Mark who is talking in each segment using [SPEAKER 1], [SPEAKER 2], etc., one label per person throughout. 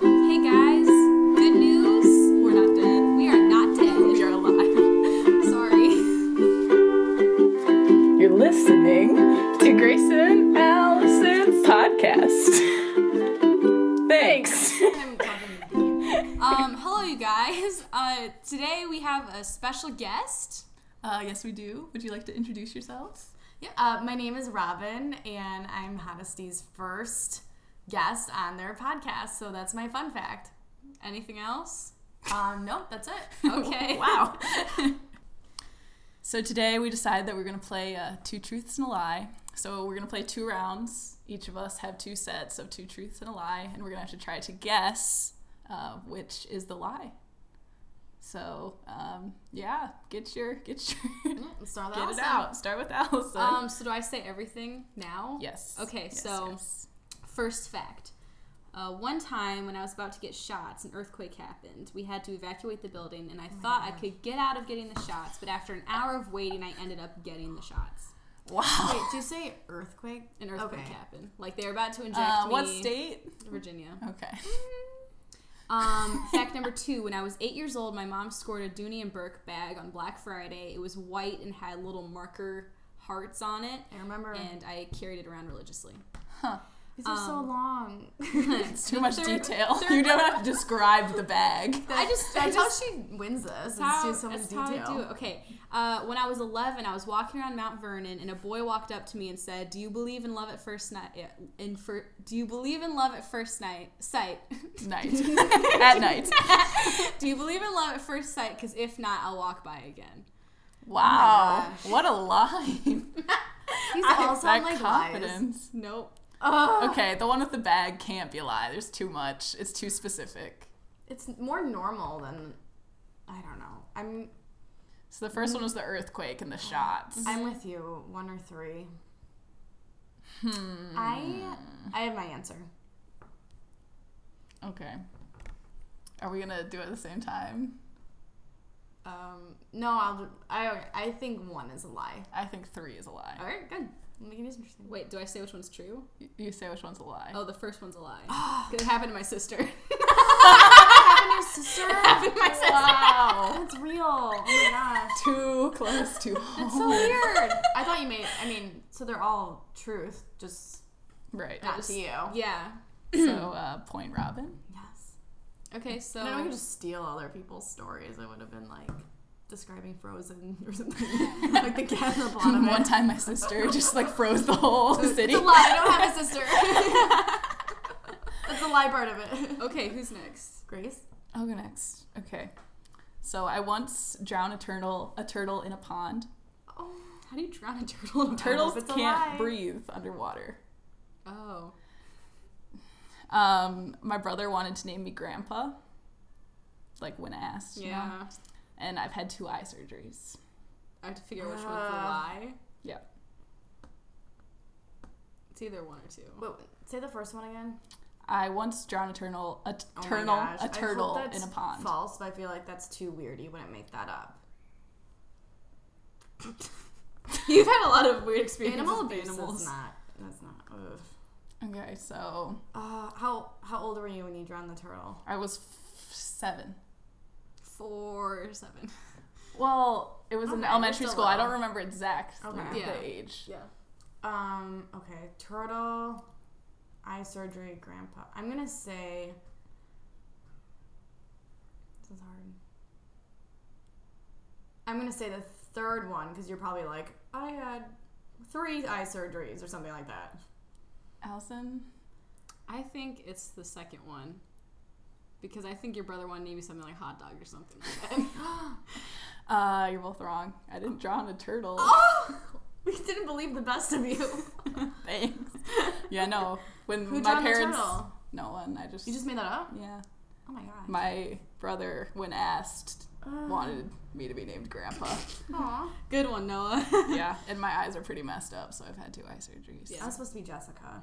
[SPEAKER 1] Um, guys. Uh, today we have a special guest.
[SPEAKER 2] Uh, yes, we do. Would you like to introduce yourselves?
[SPEAKER 1] Yeah. Uh, my name is Robin, and I'm Honesty's first guest on their podcast, so that's my fun fact. Anything else? Um, nope, that's it. Okay.
[SPEAKER 2] wow. so today we decided that we're going to play uh, Two Truths and a Lie. So we're going to play two rounds. Each of us have two sets of two truths and a lie, and we're going to have to try to guess uh, which is the lie. So um, yeah, get your get your
[SPEAKER 1] Mm, Let's start with
[SPEAKER 2] get it
[SPEAKER 1] Allison.
[SPEAKER 2] out. Start with Allison.
[SPEAKER 1] Um, so do I say everything now?
[SPEAKER 2] yes.
[SPEAKER 1] okay,
[SPEAKER 2] Yes,
[SPEAKER 1] so-
[SPEAKER 2] yes.
[SPEAKER 1] First fact. Uh, one time when I was about to get shots, an earthquake happened. We had to evacuate the building, and I
[SPEAKER 2] Oh
[SPEAKER 1] thought I could get out of getting the shots, but after an hour of waiting, I ended up getting the shots.
[SPEAKER 2] wow.
[SPEAKER 3] Wait, did you say earthquake?
[SPEAKER 1] An earthquake
[SPEAKER 3] Okay.
[SPEAKER 1] happened. Like they were about to inject
[SPEAKER 2] Uh,
[SPEAKER 1] me.
[SPEAKER 2] what state?
[SPEAKER 1] Virginia.
[SPEAKER 2] Okay.
[SPEAKER 1] Um, fact number two: When I was eight years old, my mom scored a Dooney and Burke bag on Black Friday. It was white and had little marker hearts on it,
[SPEAKER 3] I remember.
[SPEAKER 1] and I carried it around religiously.
[SPEAKER 3] These are so
[SPEAKER 1] um,
[SPEAKER 3] long.
[SPEAKER 2] It's too much
[SPEAKER 1] Third-
[SPEAKER 2] detail.
[SPEAKER 1] third-
[SPEAKER 2] You don't have to describe the bag.
[SPEAKER 1] I just, I
[SPEAKER 3] That's
[SPEAKER 1] just,
[SPEAKER 3] how she wins this.
[SPEAKER 1] That's
[SPEAKER 3] How, is do so much
[SPEAKER 1] that's
[SPEAKER 3] detail.
[SPEAKER 1] how I do it. Okay. Uh, when I was 11, I was walking around Mount Vernon, and a boy walked up to me and said, "Do you believe in love at first night? eh, In for, do you believe in love at first night sight?
[SPEAKER 2] Night. At night.
[SPEAKER 1] do you believe in love at first sight? Because if not, I'll walk by again."
[SPEAKER 2] Wow.
[SPEAKER 3] Oh gosh.
[SPEAKER 2] what a line.
[SPEAKER 3] These
[SPEAKER 2] I-
[SPEAKER 3] all sound like lies. Oh.
[SPEAKER 1] Nope.
[SPEAKER 3] Ugh.
[SPEAKER 2] Okay, the one with the bag can't be a lie. There's too much. It's too specific.
[SPEAKER 3] It's more normal than I don't know. I'm
[SPEAKER 2] So the first one was the earthquake and the shots.
[SPEAKER 3] I'm with you. One or three. Hmm. I I have my answer.
[SPEAKER 2] Okay. Are we gonna do it at the same time?
[SPEAKER 3] Um, no, I'll, I I think one is a lie.
[SPEAKER 2] I think three is a lie.
[SPEAKER 3] All right, good. We'll Make it interesting.
[SPEAKER 1] Wait, do I say which one's true?
[SPEAKER 2] Y- You say which one's a lie.
[SPEAKER 1] Oh, the first one's a lie. 'Cause it happened to my sister.
[SPEAKER 3] Having your sister.
[SPEAKER 1] happened to my sister.
[SPEAKER 2] Wow.
[SPEAKER 3] That's real. Oh my gosh.
[SPEAKER 2] too close to
[SPEAKER 3] That's
[SPEAKER 2] home.
[SPEAKER 3] so weird. I thought you made. I mean, so they're all truth, just
[SPEAKER 2] Right.
[SPEAKER 3] not
[SPEAKER 1] Just-
[SPEAKER 3] to you.
[SPEAKER 1] Yeah.
[SPEAKER 2] So uh, point Robin.
[SPEAKER 3] Yes.
[SPEAKER 1] Okay, so
[SPEAKER 3] I know we could just steal other people's stories. I would have been like describing Frozen or something, like the cat in the bottom.
[SPEAKER 2] One time my sister just like froze the whole city.
[SPEAKER 3] It's a lie. I don't have a sister. That's the lie part of it.
[SPEAKER 1] okay, who's next?
[SPEAKER 3] Grace.
[SPEAKER 2] I'll go next. Okay. So I once drowned a turtle a turtle in a pond.
[SPEAKER 3] Oh,
[SPEAKER 1] How do you drown a turtle? in a pond?
[SPEAKER 2] Turtles
[SPEAKER 3] it's a
[SPEAKER 2] can't
[SPEAKER 3] lie.
[SPEAKER 2] breathe underwater.
[SPEAKER 1] Oh.
[SPEAKER 2] Um, my brother wanted to name me Grandpa, like when asked. you know?
[SPEAKER 1] Yeah.
[SPEAKER 2] And I've had two eye surgeries.
[SPEAKER 1] I have to figure out which one's the
[SPEAKER 3] Uh.
[SPEAKER 1] lie.
[SPEAKER 2] Yep.
[SPEAKER 1] It's either one or two.
[SPEAKER 3] wait, say the first one again.
[SPEAKER 2] I once drowned a turtle, a t-
[SPEAKER 3] Oh my
[SPEAKER 2] turtle,
[SPEAKER 3] gosh. I
[SPEAKER 2] a
[SPEAKER 3] hope
[SPEAKER 2] turtle
[SPEAKER 3] that's
[SPEAKER 2] in a pond.
[SPEAKER 3] False, but I feel like that's too weird. You wouldn't make that up.
[SPEAKER 1] You've had a lot of weird experiences
[SPEAKER 3] Animal
[SPEAKER 1] with
[SPEAKER 3] abuse.
[SPEAKER 1] animals.
[SPEAKER 3] That's not. That's not. Ugh.
[SPEAKER 2] Okay, so
[SPEAKER 3] Uh, how how old were you when you drowned the turtle?
[SPEAKER 2] I was f- seven.
[SPEAKER 1] Four or seven.
[SPEAKER 2] Well, it was in
[SPEAKER 3] Okay, Oh you're
[SPEAKER 2] elementary
[SPEAKER 3] still
[SPEAKER 2] school. I don't
[SPEAKER 3] little.
[SPEAKER 2] remember exactly
[SPEAKER 3] Okay.
[SPEAKER 1] Yeah.
[SPEAKER 2] the age.
[SPEAKER 1] Yeah.
[SPEAKER 3] Um. Okay. Turtle, eye surgery, grandpa. I'm gonna say. This is hard. I'm gonna say the third one because you're probably like I had three eye surgeries or something like that.
[SPEAKER 2] Allison,
[SPEAKER 1] I think it's the second one. Because I think your brother wanted to name you something like hot dog or something like that.
[SPEAKER 2] uh, you're both wrong. I didn't drown a turtle.
[SPEAKER 3] Oh, we didn't believe the best of you.
[SPEAKER 2] Thanks. Yeah, no. When
[SPEAKER 3] Who
[SPEAKER 2] my
[SPEAKER 3] drowned
[SPEAKER 2] parents,
[SPEAKER 3] the turtle?
[SPEAKER 2] no one. I just,
[SPEAKER 3] You just made that up?
[SPEAKER 2] yeah.
[SPEAKER 3] Oh my god.
[SPEAKER 2] My brother, when asked,
[SPEAKER 3] Oh.
[SPEAKER 2] wanted me to be named Grandpa.
[SPEAKER 3] Aw.
[SPEAKER 1] Good one, Noah.
[SPEAKER 2] yeah, and my eyes are pretty messed up, so I've had two eye surgeries.
[SPEAKER 1] Yeah.
[SPEAKER 3] I was supposed to be Jessica.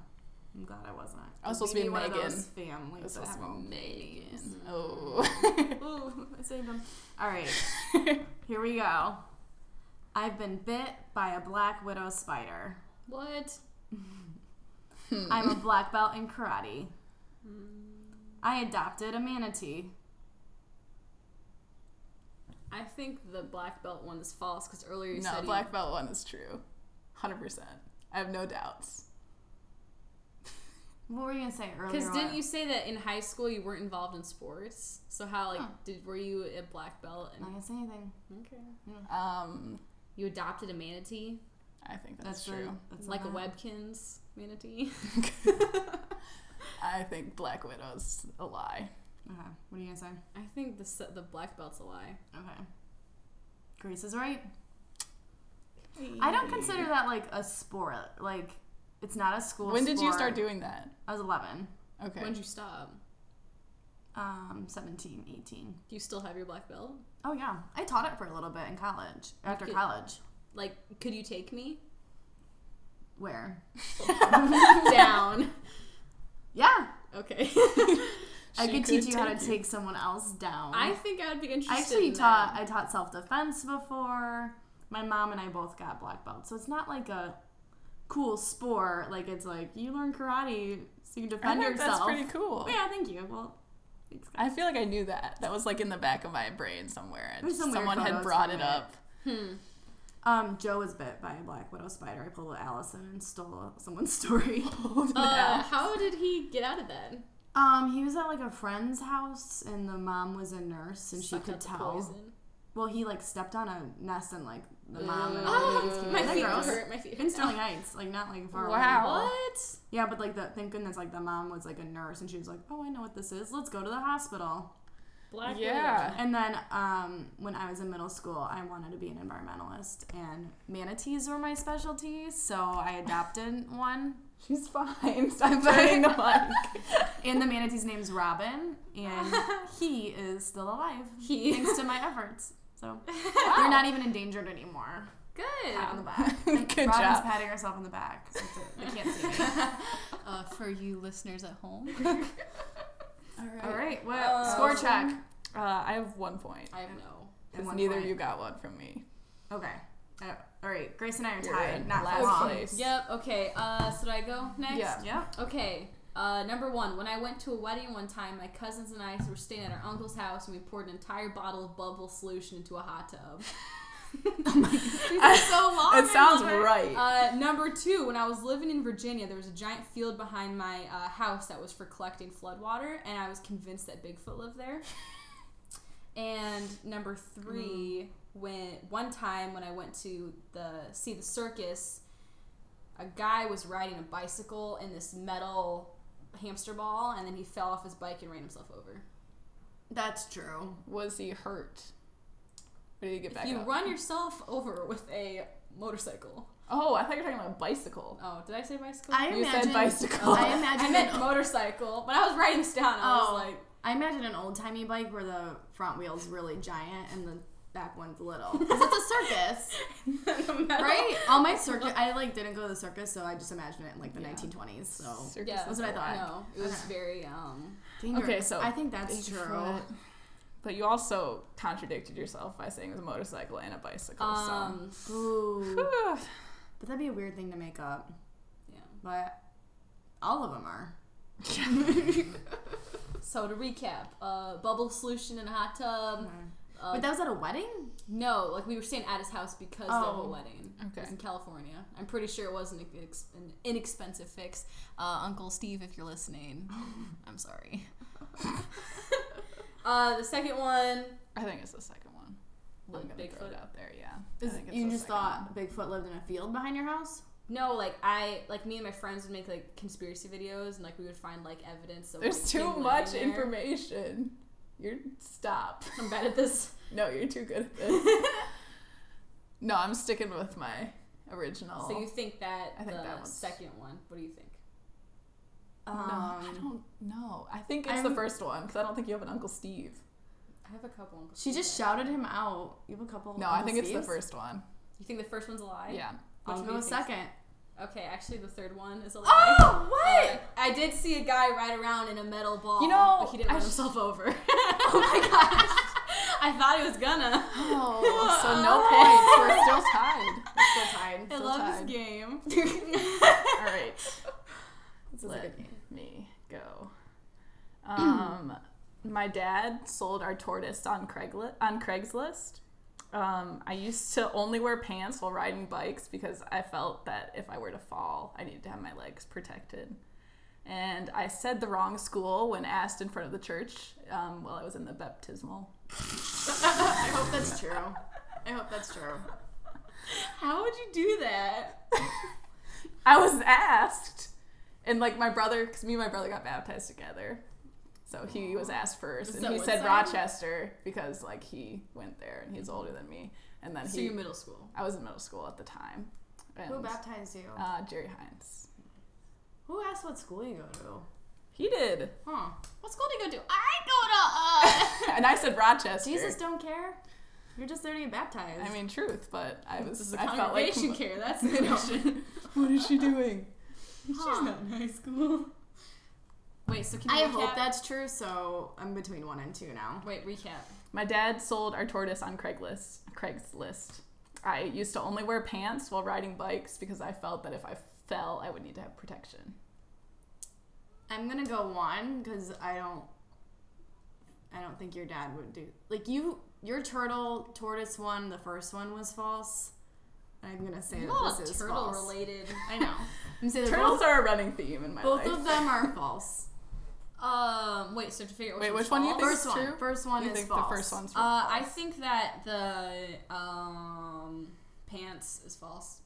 [SPEAKER 3] I'm glad I wasn't.
[SPEAKER 2] I was supposed to
[SPEAKER 3] We'd
[SPEAKER 2] be
[SPEAKER 3] one
[SPEAKER 2] Megan.
[SPEAKER 3] Of those
[SPEAKER 2] I
[SPEAKER 3] families
[SPEAKER 2] was
[SPEAKER 3] that
[SPEAKER 2] supposed to
[SPEAKER 3] have
[SPEAKER 2] be
[SPEAKER 3] babies.
[SPEAKER 2] Megan. Oh.
[SPEAKER 3] Ooh, I saved them. All right, here we go. I've been bit by a black widow spider.
[SPEAKER 1] what?
[SPEAKER 2] Hmm.
[SPEAKER 3] I'm a black belt in karate.
[SPEAKER 1] Hmm.
[SPEAKER 3] I adopted a manatee.
[SPEAKER 1] I think the black belt one is false because earlier you
[SPEAKER 2] no,
[SPEAKER 1] said
[SPEAKER 2] black belt one is true, hundred percent. I have no doubts.
[SPEAKER 3] What were you gonna say earlier?
[SPEAKER 1] Because didn't
[SPEAKER 3] on?
[SPEAKER 1] you say that in high school you weren't involved in sports? So how like
[SPEAKER 3] Huh.
[SPEAKER 1] did were you a black belt
[SPEAKER 3] Not
[SPEAKER 1] and
[SPEAKER 3] gonna say anything.
[SPEAKER 1] okay.
[SPEAKER 2] Um,
[SPEAKER 1] you adopted a manatee
[SPEAKER 2] I think that's,
[SPEAKER 3] That's, a-
[SPEAKER 2] true.
[SPEAKER 3] that's
[SPEAKER 1] like a
[SPEAKER 3] lie.
[SPEAKER 1] Webkins manatee?
[SPEAKER 2] I think Black Widow's a lie.
[SPEAKER 3] Okay. What are you gonna say?
[SPEAKER 1] I think the se- the black belt's a lie.
[SPEAKER 3] Okay. Grace is right. I don't consider that like a sport. Like it's not a school.
[SPEAKER 2] When did you
[SPEAKER 3] sport.
[SPEAKER 2] start doing that?
[SPEAKER 3] I was 11,
[SPEAKER 2] Okay.
[SPEAKER 1] When'd you stop?
[SPEAKER 3] um, 17, 18.
[SPEAKER 1] Do you still have your black belt?
[SPEAKER 3] Oh yeah, I taught it for a little bit in college. After
[SPEAKER 1] Okay.
[SPEAKER 3] college,
[SPEAKER 1] Like, could you take me
[SPEAKER 3] where?
[SPEAKER 1] down?
[SPEAKER 3] Yeah,
[SPEAKER 1] Okay.
[SPEAKER 3] I
[SPEAKER 2] She
[SPEAKER 3] could teach you how to
[SPEAKER 2] take
[SPEAKER 3] take someone else down.
[SPEAKER 1] I think I would be interested.
[SPEAKER 3] I actually
[SPEAKER 1] in
[SPEAKER 3] taught.
[SPEAKER 1] That.
[SPEAKER 3] I taught self defense before. My mom and I both got black belts, so it's not like a cool sport. Like it's like you learn karate so you can
[SPEAKER 2] I
[SPEAKER 3] defend
[SPEAKER 2] think
[SPEAKER 3] yourself.
[SPEAKER 2] That's pretty cool.
[SPEAKER 3] Yeah, thank you. Well, thanks, guys.
[SPEAKER 2] I feel like I knew that. That was like in the back of my brain somewhere. and
[SPEAKER 3] There's some weird
[SPEAKER 2] Someone had
[SPEAKER 3] photos
[SPEAKER 2] brought it
[SPEAKER 3] somewhere.
[SPEAKER 2] up.
[SPEAKER 1] Hmm.
[SPEAKER 3] Um, Joe was bit by a black widow spider. I pulled Allison and stole someone's story.
[SPEAKER 1] Uh, how did he get out of that?
[SPEAKER 3] Um, he was at like a friend's house, and the mom was a nurse, and she
[SPEAKER 1] Sucked
[SPEAKER 3] could
[SPEAKER 1] up the
[SPEAKER 3] tell.
[SPEAKER 1] poison.
[SPEAKER 3] Well, he like stepped on a nest, and like the mom and all the
[SPEAKER 1] Ah,
[SPEAKER 3] kids came.
[SPEAKER 1] my
[SPEAKER 3] Isn't Oh, that
[SPEAKER 1] feet
[SPEAKER 3] gross?
[SPEAKER 1] hurt. My feet hurt.
[SPEAKER 3] In Sterling
[SPEAKER 1] now.
[SPEAKER 3] Heights, like not like far away.
[SPEAKER 2] Wow.
[SPEAKER 1] What?
[SPEAKER 3] Yeah, but like the thank goodness, like the mom was like a nurse, and she was like, "Oh, I know what this is. Let's go to the hospital."
[SPEAKER 1] Black.
[SPEAKER 2] Yeah.
[SPEAKER 3] And then um, when I was in middle school, I wanted to be an environmentalist, and manatees were my specialty, so I adopted one.
[SPEAKER 2] She's fine. Stop turning the mic.
[SPEAKER 3] And the manatee's name's Robin, and he is still alive
[SPEAKER 1] He-
[SPEAKER 3] thanks to my efforts. So they're not even endangered anymore.
[SPEAKER 1] Good.
[SPEAKER 3] Pat on the back.
[SPEAKER 2] Good
[SPEAKER 3] Robin's
[SPEAKER 2] job.
[SPEAKER 3] patting herself on the back. so it's- they can't see me.
[SPEAKER 1] Uh, for you listeners at home.
[SPEAKER 2] All right.
[SPEAKER 3] All right, what
[SPEAKER 1] Um,
[SPEAKER 3] score check?
[SPEAKER 2] Uh, I have one point.
[SPEAKER 1] I know.
[SPEAKER 3] And
[SPEAKER 2] Because
[SPEAKER 3] one
[SPEAKER 2] neither
[SPEAKER 3] point.
[SPEAKER 2] of you got one from me.
[SPEAKER 3] Okay. Uh, all right, Grace and I are
[SPEAKER 2] You're
[SPEAKER 3] tied.
[SPEAKER 2] in
[SPEAKER 3] Not
[SPEAKER 2] last
[SPEAKER 3] for long.
[SPEAKER 2] place.
[SPEAKER 1] Yep. Okay. Uh, so do I go next?
[SPEAKER 2] Yeah.
[SPEAKER 3] Yeah.
[SPEAKER 1] Okay. Uh, number one, when I went to a wedding one time, my cousins and I were staying at our uncle's house, and we poured an entire bottle of bubble solution into a hot tub. These are so long.
[SPEAKER 2] Oh it sounds
[SPEAKER 1] Amber.
[SPEAKER 2] right.
[SPEAKER 1] Uh, number two, when I was living in Virginia, there was a giant field behind my uh, house that was for collecting floodwater, and I was convinced that Bigfoot lived there. and number three,
[SPEAKER 2] Hmm.
[SPEAKER 1] when one time when I went to the see the circus, a guy was riding a bicycle in this metal hamster ball, and then he fell off his bike and ran himself over.
[SPEAKER 3] That's true.
[SPEAKER 2] Was he hurt? Or did he get back
[SPEAKER 1] if you
[SPEAKER 2] up?
[SPEAKER 1] run yourself over with a motorcycle,
[SPEAKER 2] oh, I thought you were talking about a bicycle.
[SPEAKER 1] oh, did I say bicycle? Oh.
[SPEAKER 3] I
[SPEAKER 2] you
[SPEAKER 3] imagine-
[SPEAKER 2] said bicycle.
[SPEAKER 3] I imagine.
[SPEAKER 1] I meant motorcycle. When I was writing this down, I
[SPEAKER 3] Oh.
[SPEAKER 1] was like,
[SPEAKER 3] I imagine an old timey bike where the front wheel's really giant and the back one's little. 'Cause it's a circus, right? All my circus, I like didn't go to the circus, so I just imagine it in like the
[SPEAKER 2] Yeah.
[SPEAKER 3] 1920s. So
[SPEAKER 2] Circus
[SPEAKER 1] Yeah,
[SPEAKER 2] is
[SPEAKER 3] that's what I thought.
[SPEAKER 1] No, it was
[SPEAKER 3] Okay.
[SPEAKER 1] very um.
[SPEAKER 2] Okay, so
[SPEAKER 3] I think that's
[SPEAKER 2] Bigfoot.
[SPEAKER 3] true.
[SPEAKER 2] But you also contradicted yourself by saying it was a motorcycle and a bicycle.
[SPEAKER 1] Um.
[SPEAKER 3] Ooh,
[SPEAKER 2] so.
[SPEAKER 3] but that'd be a weird thing to make up.
[SPEAKER 1] Yeah.
[SPEAKER 3] But all of them are.
[SPEAKER 1] So to recap, uh, bubble solution in a hot tub.
[SPEAKER 3] Um,
[SPEAKER 1] Uh,
[SPEAKER 3] But that was at a wedding.
[SPEAKER 1] no, like we were staying at his house because of a
[SPEAKER 3] Oh,
[SPEAKER 1] wedding. It was
[SPEAKER 2] okay.
[SPEAKER 1] in California. I'm pretty sure it wasn't an, ex- an inexpensive fix. Uh, Uncle Steve, if you're listening, I'm sorry. uh, the second one.
[SPEAKER 2] I think it's the second one.
[SPEAKER 1] Like
[SPEAKER 2] I'm gonna throw
[SPEAKER 1] Bigfoot?
[SPEAKER 2] it out there. Yeah. I
[SPEAKER 3] Is,
[SPEAKER 2] think it's
[SPEAKER 3] you
[SPEAKER 2] the
[SPEAKER 3] just
[SPEAKER 2] second
[SPEAKER 3] thought Bigfoot lived in a field behind your house?
[SPEAKER 1] No, like I, like me and my friends would make like conspiracy videos, and like we would find like evidence. Of,
[SPEAKER 2] one. There's
[SPEAKER 1] like,
[SPEAKER 2] too
[SPEAKER 1] him living
[SPEAKER 2] much
[SPEAKER 1] there.
[SPEAKER 2] information. You're stop.
[SPEAKER 1] I'm bad at this.
[SPEAKER 2] No, you're too good at this. no, I'm sticking with my original.
[SPEAKER 1] So you think that
[SPEAKER 2] I think
[SPEAKER 1] the
[SPEAKER 2] that one's-
[SPEAKER 1] second one? What do you think?
[SPEAKER 2] no,
[SPEAKER 3] Um,
[SPEAKER 2] I don't know. I think it's the
[SPEAKER 3] I'm-
[SPEAKER 2] first one because I don't think you have an Uncle Steve.
[SPEAKER 1] I have a couple. Uncle
[SPEAKER 3] She
[SPEAKER 1] Steve
[SPEAKER 3] just
[SPEAKER 1] ideas.
[SPEAKER 3] shouted him out. You have a couple.
[SPEAKER 2] No, I
[SPEAKER 3] Uncle
[SPEAKER 2] think it's the
[SPEAKER 3] Steves?
[SPEAKER 2] first one.
[SPEAKER 1] You think the first one's a lie?
[SPEAKER 2] Yeah.
[SPEAKER 1] Which
[SPEAKER 3] I'll
[SPEAKER 1] one do
[SPEAKER 3] go
[SPEAKER 1] you think is-
[SPEAKER 3] second.
[SPEAKER 1] Okay, actually, the third one is a lie.
[SPEAKER 3] Oh,
[SPEAKER 1] Uh, I did see a guy ride around in a metal ball.
[SPEAKER 2] You know,
[SPEAKER 1] but he didn't
[SPEAKER 2] I
[SPEAKER 1] run
[SPEAKER 2] sh-
[SPEAKER 1] himself over. oh my gosh! I thought he was gonna.
[SPEAKER 2] Oh, so no points. We're still tied.
[SPEAKER 3] Still tied.
[SPEAKER 1] I
[SPEAKER 2] Still
[SPEAKER 1] love
[SPEAKER 2] tied.
[SPEAKER 1] this game.
[SPEAKER 2] All right.
[SPEAKER 3] This is a
[SPEAKER 2] Let
[SPEAKER 3] good game.
[SPEAKER 2] me go. Um, my dad sold our tortoise on Craigli- on Craigslist. Um, I used to only wear pants while riding bikes because I felt that if I were to fall, I needed to have my legs protected. and I said the wrong school when asked in front of the church um, while I was in the baptismal.
[SPEAKER 3] I hope that's true. I hope that's true.
[SPEAKER 1] How would you do that?
[SPEAKER 2] I was asked, and like my brother, because me and my brother got baptized together, so he was asked first,
[SPEAKER 3] Is
[SPEAKER 2] and
[SPEAKER 3] that
[SPEAKER 2] he
[SPEAKER 3] what
[SPEAKER 2] said
[SPEAKER 3] side?
[SPEAKER 2] Rochester because like he went there and he's older than me, and then
[SPEAKER 1] So
[SPEAKER 2] he
[SPEAKER 1] you're middle school.
[SPEAKER 2] I was in middle school at the time, and
[SPEAKER 3] Who baptized you?
[SPEAKER 2] uh, Jerry Hines.
[SPEAKER 3] Who asked what school you go to?
[SPEAKER 2] He did,
[SPEAKER 3] Huh.
[SPEAKER 1] What school do you go to? I go to. Uh,
[SPEAKER 2] and I said Rochester.
[SPEAKER 3] Jesus don't care. You're just there to get baptized.
[SPEAKER 2] I mean, truth, but I was.
[SPEAKER 1] this is a
[SPEAKER 2] I felt like.
[SPEAKER 1] congregation care. That's the mission.
[SPEAKER 2] What is she doing?
[SPEAKER 3] Huh.
[SPEAKER 1] in high school. Wait, so can
[SPEAKER 3] I
[SPEAKER 1] you recap?
[SPEAKER 3] hope that's true. So I'm between one and two now.
[SPEAKER 1] Wait, recap.
[SPEAKER 2] My dad sold our tortoise on Craigslist. Craigslist. I used to only wear pants while riding bikes because I felt that if I fell, I would need to have protection.
[SPEAKER 3] I'm gonna go one because I don't. I don't think your dad would do like you. Your turtle tortoise one, the first one was false. I'm gonna say
[SPEAKER 1] You
[SPEAKER 3] that
[SPEAKER 1] all
[SPEAKER 3] this is
[SPEAKER 1] turtle
[SPEAKER 3] false.
[SPEAKER 1] related.
[SPEAKER 3] I know. I'm saying they're
[SPEAKER 2] Turtles
[SPEAKER 3] both,
[SPEAKER 2] are a running theme in my
[SPEAKER 3] both
[SPEAKER 2] life.
[SPEAKER 3] of them are false.
[SPEAKER 1] Um, wait. So to figure out
[SPEAKER 2] Wait,
[SPEAKER 1] one's
[SPEAKER 2] which one do you
[SPEAKER 1] false?
[SPEAKER 2] think
[SPEAKER 3] First
[SPEAKER 2] is
[SPEAKER 3] one,
[SPEAKER 2] true?
[SPEAKER 3] first one
[SPEAKER 2] You
[SPEAKER 3] is
[SPEAKER 2] think the
[SPEAKER 3] false.
[SPEAKER 2] firse one's
[SPEAKER 1] Uh, I think that the um pants is false.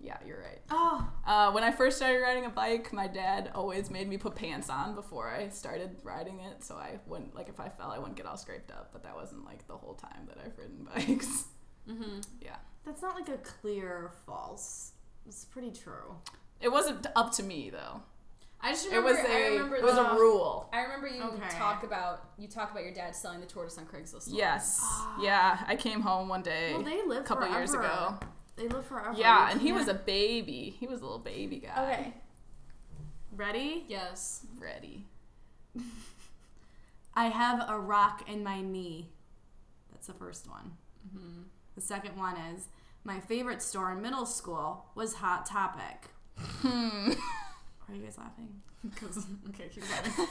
[SPEAKER 2] Yeah, you're right.
[SPEAKER 3] Oh,
[SPEAKER 2] Uh, when I first started riding a bike, my dad always made me put pants on before I started riding it, so I wouldn't like if I fell, I wouldn't get all scraped up. But that wasn't like the whole time that I've ridden bikes.
[SPEAKER 1] Mm-hmm.
[SPEAKER 2] yeah,
[SPEAKER 3] that's not like a clear false. It's pretty true.
[SPEAKER 2] it wasn't up to me though.
[SPEAKER 1] I just
[SPEAKER 2] It
[SPEAKER 1] remember.
[SPEAKER 2] was
[SPEAKER 1] I
[SPEAKER 2] a
[SPEAKER 1] remember
[SPEAKER 2] it was
[SPEAKER 1] the,
[SPEAKER 2] a rule.
[SPEAKER 1] I remember you
[SPEAKER 3] Okay.
[SPEAKER 1] talk about you talk about your dad selling the tortoise on Craigslist. a lot.
[SPEAKER 2] Yes. Yeah, I came home one day
[SPEAKER 3] Well, they live
[SPEAKER 2] a couple years
[SPEAKER 3] forever.
[SPEAKER 2] ago.
[SPEAKER 3] They live forever.
[SPEAKER 2] Yeah,
[SPEAKER 3] You
[SPEAKER 2] and he was
[SPEAKER 3] can't-
[SPEAKER 2] a baby. He was a little baby guy.
[SPEAKER 3] okay. Ready?
[SPEAKER 1] Yes.
[SPEAKER 2] Ready.
[SPEAKER 3] I have a rock in my knee. That's the first one.
[SPEAKER 1] Mm-hmm.
[SPEAKER 3] The second one is my favorite store in middle school was Hot Topic.
[SPEAKER 2] Hmm.
[SPEAKER 3] Are you guys laughing?
[SPEAKER 1] 'Cause- okay, keep going.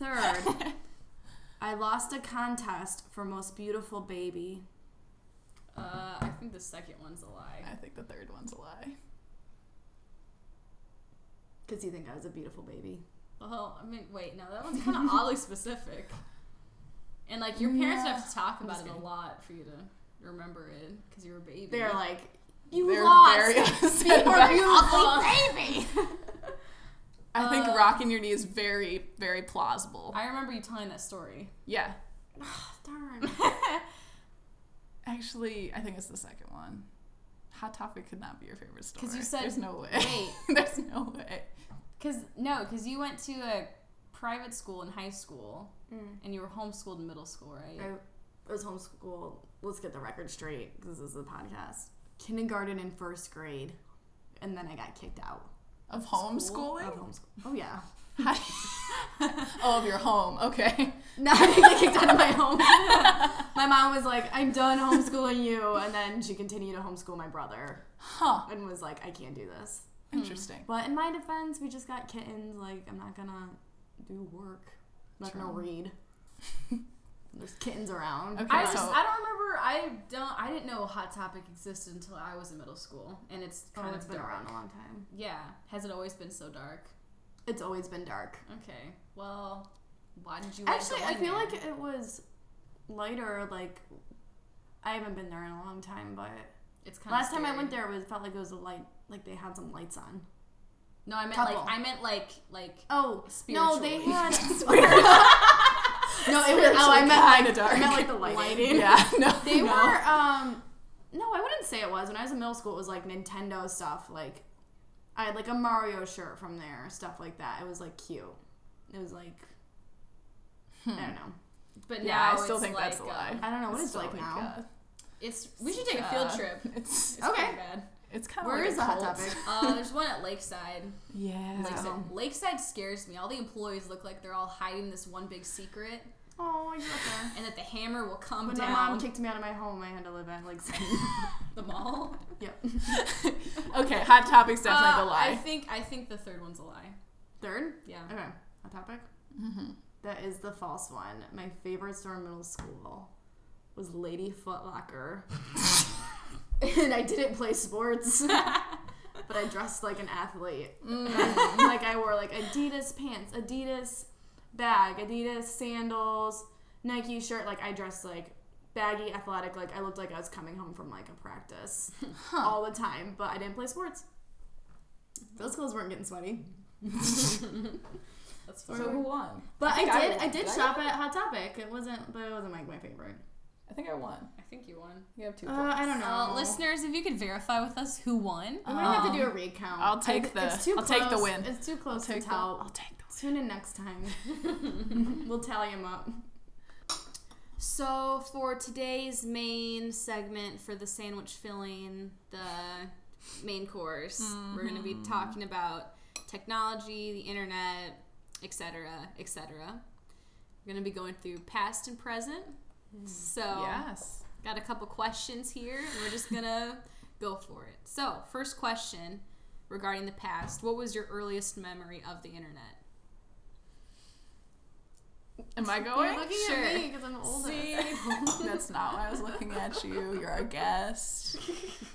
[SPEAKER 3] Third, I lost a contest for most beautiful baby.
[SPEAKER 1] Uh, I think the second one's a lie.
[SPEAKER 2] I think the third one's a lie.
[SPEAKER 3] Because you think I was a beautiful baby.
[SPEAKER 1] Well, I mean, wait, no, that one's kind of oddly specific. And like your parents would have to talk about
[SPEAKER 2] just
[SPEAKER 1] it a lot for you to remember it because you were a baby.
[SPEAKER 3] They're like, you
[SPEAKER 2] They're
[SPEAKER 3] lost.
[SPEAKER 2] very upset
[SPEAKER 3] People
[SPEAKER 2] about-
[SPEAKER 3] are beautiful baby.
[SPEAKER 2] I think
[SPEAKER 1] Uh,
[SPEAKER 2] rocking your knee is very, very plausible.
[SPEAKER 1] I remember you telling that story.
[SPEAKER 2] yeah.
[SPEAKER 3] Darn.
[SPEAKER 2] Actually, I think it's the second one. Hot Topic could not be your favorite store.
[SPEAKER 1] 'Cause you said-
[SPEAKER 2] There's no way.
[SPEAKER 1] Wait,
[SPEAKER 2] There's no way.
[SPEAKER 1] because no, because you went to a private school in high school and you were homeschooled in middle school, right?
[SPEAKER 3] Mm. I was homeschooled. Let's get the record straight because this is a podcast. Kindergarten and first grade, and then I got kicked out
[SPEAKER 2] Of
[SPEAKER 3] of
[SPEAKER 2] homeschooling?
[SPEAKER 3] homeschool. Oh yeah,
[SPEAKER 2] Oh, of your home. Okay.
[SPEAKER 3] no, I didn't get kicked out of my home. my mom was like, "I'm done homeschooling you," and then she continued to homeschool my brother
[SPEAKER 2] Huh.
[SPEAKER 3] and was like, "I can't do this."
[SPEAKER 2] Interesting.
[SPEAKER 3] But in my defense, we just got kittens. Like I'm not gonna do work. I'm not gonna
[SPEAKER 2] True.
[SPEAKER 3] read. There's kittens around.
[SPEAKER 2] Okay.
[SPEAKER 1] I just
[SPEAKER 2] so-
[SPEAKER 1] I don't remember I don't I didn't know Hot Topic existed until I was in middle school and it's
[SPEAKER 3] Oh,
[SPEAKER 1] kind of
[SPEAKER 3] it's been
[SPEAKER 1] dark.
[SPEAKER 3] around a long time.
[SPEAKER 1] Yeah, has it always been so dark?
[SPEAKER 3] It's always been dark.
[SPEAKER 2] Mm,
[SPEAKER 1] Okay, well, why did you let
[SPEAKER 3] Actually,
[SPEAKER 1] go
[SPEAKER 3] I
[SPEAKER 1] in
[SPEAKER 3] feel
[SPEAKER 1] there?
[SPEAKER 3] like it was lighter. Like I haven't been there in a long time, but
[SPEAKER 1] it's kind
[SPEAKER 3] last time I went there, it was felt like it was a light. Like they had some lights on.
[SPEAKER 1] No, I meant
[SPEAKER 3] Couple.
[SPEAKER 1] like I meant like like
[SPEAKER 3] Oh no, they
[SPEAKER 1] Spiritually.
[SPEAKER 3] had. no, it was. Oh, I meant like
[SPEAKER 2] Kinda dark.
[SPEAKER 3] I meant like the lighting.
[SPEAKER 2] Yeah. No.
[SPEAKER 3] They
[SPEAKER 2] no.
[SPEAKER 3] were. Um, no, I wouldn't say it was. When I was in middle school, it was like Nintendo stuff. Like I had like a Mario shirt from there, stuff like that. It was like cute. It was like I don't know.
[SPEAKER 1] but
[SPEAKER 2] Yeah,
[SPEAKER 1] now
[SPEAKER 2] I still
[SPEAKER 1] it's
[SPEAKER 2] think
[SPEAKER 1] like,
[SPEAKER 2] that's a lie.
[SPEAKER 1] um,
[SPEAKER 3] I don't know what it's,
[SPEAKER 2] still
[SPEAKER 3] like now.
[SPEAKER 1] it's we should take a field trip.
[SPEAKER 2] It's
[SPEAKER 1] It's
[SPEAKER 3] Okay.
[SPEAKER 1] pretty Bad.
[SPEAKER 2] it's kind of
[SPEAKER 3] Where is the hot topic?
[SPEAKER 1] Uh, there's one at Lakeside.
[SPEAKER 2] Yeah.
[SPEAKER 1] Lakeside.
[SPEAKER 3] Oh.
[SPEAKER 1] Lakeside scares me. All the employees look like they're all hiding this one big secret,
[SPEAKER 3] Oh, I grew up there.
[SPEAKER 1] and that the hammer will come
[SPEAKER 3] When my
[SPEAKER 1] down
[SPEAKER 3] mom kicked me out of my home, I had to live at like.
[SPEAKER 1] the mall.
[SPEAKER 3] yep.
[SPEAKER 2] okay, hot topic's definitely
[SPEAKER 1] Uh,
[SPEAKER 2] the
[SPEAKER 1] I
[SPEAKER 2] lie.
[SPEAKER 1] think I think the third one's a lie.
[SPEAKER 3] Third.
[SPEAKER 1] Yeah.
[SPEAKER 3] Okay. A topic. mm-hmm. That is the false one. My favorite store in middle school was Lady Foot Locker. and I didn't play sports. but I dressed like an athlete.
[SPEAKER 1] Mm.
[SPEAKER 3] like I wore like Adidas pants, Adidas bag, Adidas sandals, Nike shirt. Like I dressed like baggy, athletic. Like I looked like I was coming home from like a practice all the time. But I didn't play sports. Those clothes weren't getting sweaty.
[SPEAKER 2] That's funny. So who won?
[SPEAKER 3] But I,
[SPEAKER 1] think I
[SPEAKER 3] did.
[SPEAKER 1] would-
[SPEAKER 3] I, did
[SPEAKER 1] did I
[SPEAKER 3] shop at Hot Topic. It wasn't, but it wasn't like my favorite.
[SPEAKER 2] I think I won.
[SPEAKER 1] I think you won.
[SPEAKER 2] You have two
[SPEAKER 3] Uh,
[SPEAKER 2] points.
[SPEAKER 3] I don't know.
[SPEAKER 1] Uh, listeners, if you could verify with us who won.
[SPEAKER 3] I'm gonna have to do a
[SPEAKER 2] Um,
[SPEAKER 3] recount.
[SPEAKER 2] I'll take
[SPEAKER 3] I-
[SPEAKER 2] the-
[SPEAKER 3] It's too
[SPEAKER 2] I'll
[SPEAKER 3] close.
[SPEAKER 2] take the win.
[SPEAKER 3] It's too close to
[SPEAKER 2] take the-
[SPEAKER 3] tell.
[SPEAKER 2] I'll take the
[SPEAKER 3] Tune in next time. we'll tally them up.
[SPEAKER 1] So for today's main segment for the sandwich filling, the main course, we're going to be talking about technology, the internet, etc., etc. We're going to be going through past and present. So,
[SPEAKER 2] Yes.
[SPEAKER 1] got a couple questions here, and we're just going to go for it. So, first question regarding the past, what was your earliest memory of the internet?
[SPEAKER 2] Am I
[SPEAKER 3] You're
[SPEAKER 2] going?
[SPEAKER 3] looking
[SPEAKER 1] Sure.
[SPEAKER 3] at me because I'm older.
[SPEAKER 2] See, that's not why I was looking at you. You're our guest.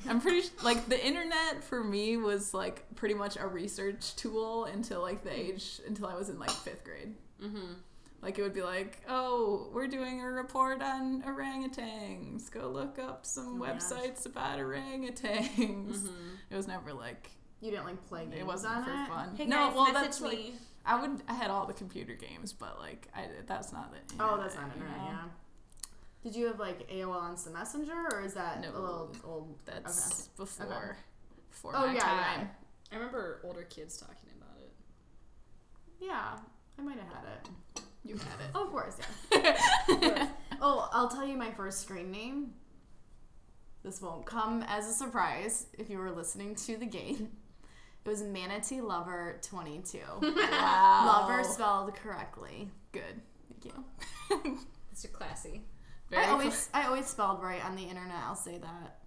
[SPEAKER 2] I'm pretty s- like the internet for me was like pretty much a research tool until like the age until I was in like fifth grade.
[SPEAKER 1] Mm-hmm.
[SPEAKER 2] Like it would be like, oh, we're doing a report on orangutans. Go look up some
[SPEAKER 3] Oh my gosh.
[SPEAKER 2] websites about orangutans.
[SPEAKER 1] Mm-hmm.
[SPEAKER 2] It was never like
[SPEAKER 3] You didn't like play games
[SPEAKER 2] it wasn't
[SPEAKER 3] on
[SPEAKER 2] for
[SPEAKER 3] it?
[SPEAKER 2] fun.
[SPEAKER 1] Hey
[SPEAKER 2] no,
[SPEAKER 1] guys,
[SPEAKER 2] well
[SPEAKER 1] message
[SPEAKER 2] that's like
[SPEAKER 1] me.
[SPEAKER 2] I would I had all the computer games, but like I that's not the
[SPEAKER 3] Oh, that's not
[SPEAKER 2] you
[SPEAKER 3] internet.
[SPEAKER 2] know?
[SPEAKER 3] Yeah. Did you have like AOL Instant Messenger, or is that
[SPEAKER 2] No.
[SPEAKER 3] a little old?
[SPEAKER 2] That's before before my
[SPEAKER 3] Oh, yeah, yeah.
[SPEAKER 2] time.
[SPEAKER 1] I remember older kids talking about it.
[SPEAKER 3] Yeah, I might have had it.
[SPEAKER 2] You had it.
[SPEAKER 3] Oh, of course, yeah. Of course. Oh, I'll tell you my first screen name. This won't come as a surprise if you were listening to the game. It was Manatee Lover 22.
[SPEAKER 2] Wow.
[SPEAKER 3] Lover spelled correctly.
[SPEAKER 2] Good.
[SPEAKER 3] Thank you.
[SPEAKER 1] It's a classy.
[SPEAKER 2] Very
[SPEAKER 3] I always I always spelled right on the internet. I'll say that.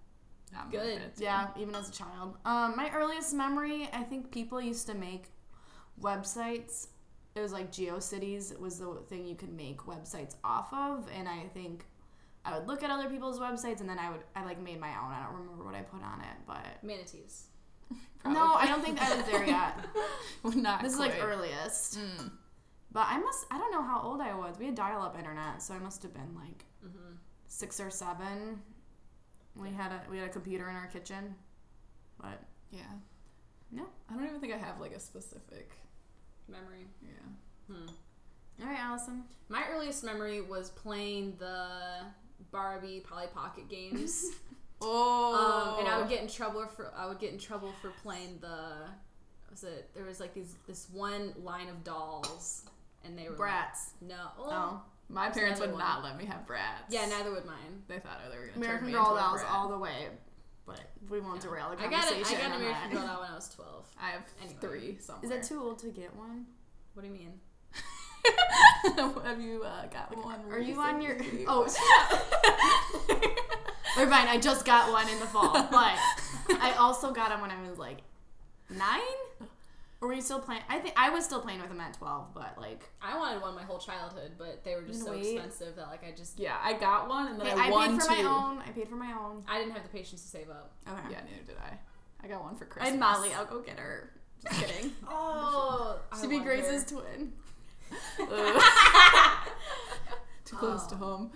[SPEAKER 2] cl- I'm
[SPEAKER 1] Good.
[SPEAKER 2] with it.
[SPEAKER 3] Yeah, even as a child. Um, my earliest memory, I think people used to make websites. It was like GeoCities was the thing you could make websites off of, and I think I would look at other people's websites, and then I would I like made my own. I don't remember what I put on it, but
[SPEAKER 1] Manatees.
[SPEAKER 2] Probably.
[SPEAKER 3] no, I don't think I was there yet.
[SPEAKER 2] Well, not
[SPEAKER 3] this is
[SPEAKER 2] quite.
[SPEAKER 3] like earliest,
[SPEAKER 2] Mm.
[SPEAKER 3] but I must I don't know how old I was. We had dial-up internet, so I must have been like
[SPEAKER 1] Mm-hmm.
[SPEAKER 3] six or seven. We had a we had a computer in our kitchen, but
[SPEAKER 2] Yeah.
[SPEAKER 3] No.
[SPEAKER 2] I don't even think I have like a specific.
[SPEAKER 1] Memory.
[SPEAKER 2] Yeah.
[SPEAKER 1] Hmm.
[SPEAKER 3] all right, Allison.
[SPEAKER 1] My earliest memory was playing the Barbie Polly Pocket games,
[SPEAKER 2] Oh.
[SPEAKER 1] um, and I would get in trouble for I would get in trouble for playing the what was it there was like these this one line of dolls, and they were
[SPEAKER 3] Brats.
[SPEAKER 1] Like, no,
[SPEAKER 3] Oh,
[SPEAKER 2] My parents would
[SPEAKER 1] another
[SPEAKER 2] not let me have brats.
[SPEAKER 1] yeah, neither would mine.
[SPEAKER 2] They thought they were gonna
[SPEAKER 3] American
[SPEAKER 2] turn me
[SPEAKER 3] Girl
[SPEAKER 2] into a
[SPEAKER 3] dolls
[SPEAKER 2] brat.
[SPEAKER 3] all the way, but we won't
[SPEAKER 2] Yeah.
[SPEAKER 3] derail the
[SPEAKER 1] I got a,
[SPEAKER 3] conversation.
[SPEAKER 1] I got an
[SPEAKER 3] on
[SPEAKER 1] American
[SPEAKER 3] that.
[SPEAKER 1] Girl doll when I was twelve.
[SPEAKER 2] I have
[SPEAKER 1] Anyway.
[SPEAKER 2] three somewhere.
[SPEAKER 3] Is that too old to get one?
[SPEAKER 1] What do you mean?
[SPEAKER 2] have you uh, got one?
[SPEAKER 3] Are you on your?
[SPEAKER 2] recently?
[SPEAKER 3] Oh, we're fine. I just got one in the fall, but I also got them when I was like nine. Or were you still playing? I think I was still playing with them at twelve, but like
[SPEAKER 1] I wanted one my whole childhood, but they were just so
[SPEAKER 3] Wait.
[SPEAKER 1] expensive that like I just
[SPEAKER 2] Yeah, I got one and then
[SPEAKER 3] hey,
[SPEAKER 2] I,
[SPEAKER 3] I
[SPEAKER 2] won
[SPEAKER 3] paid for
[SPEAKER 2] two.
[SPEAKER 3] my own. I paid for my own.
[SPEAKER 1] I didn't have the patience to save up.
[SPEAKER 3] Okay.
[SPEAKER 2] Yeah, neither did I. I got one for Christmas.
[SPEAKER 3] And Molly, I'll go get her. Just kidding.
[SPEAKER 1] Oh,
[SPEAKER 3] She'd be Grace's twin.
[SPEAKER 2] Too close to
[SPEAKER 1] Oh.
[SPEAKER 2] home.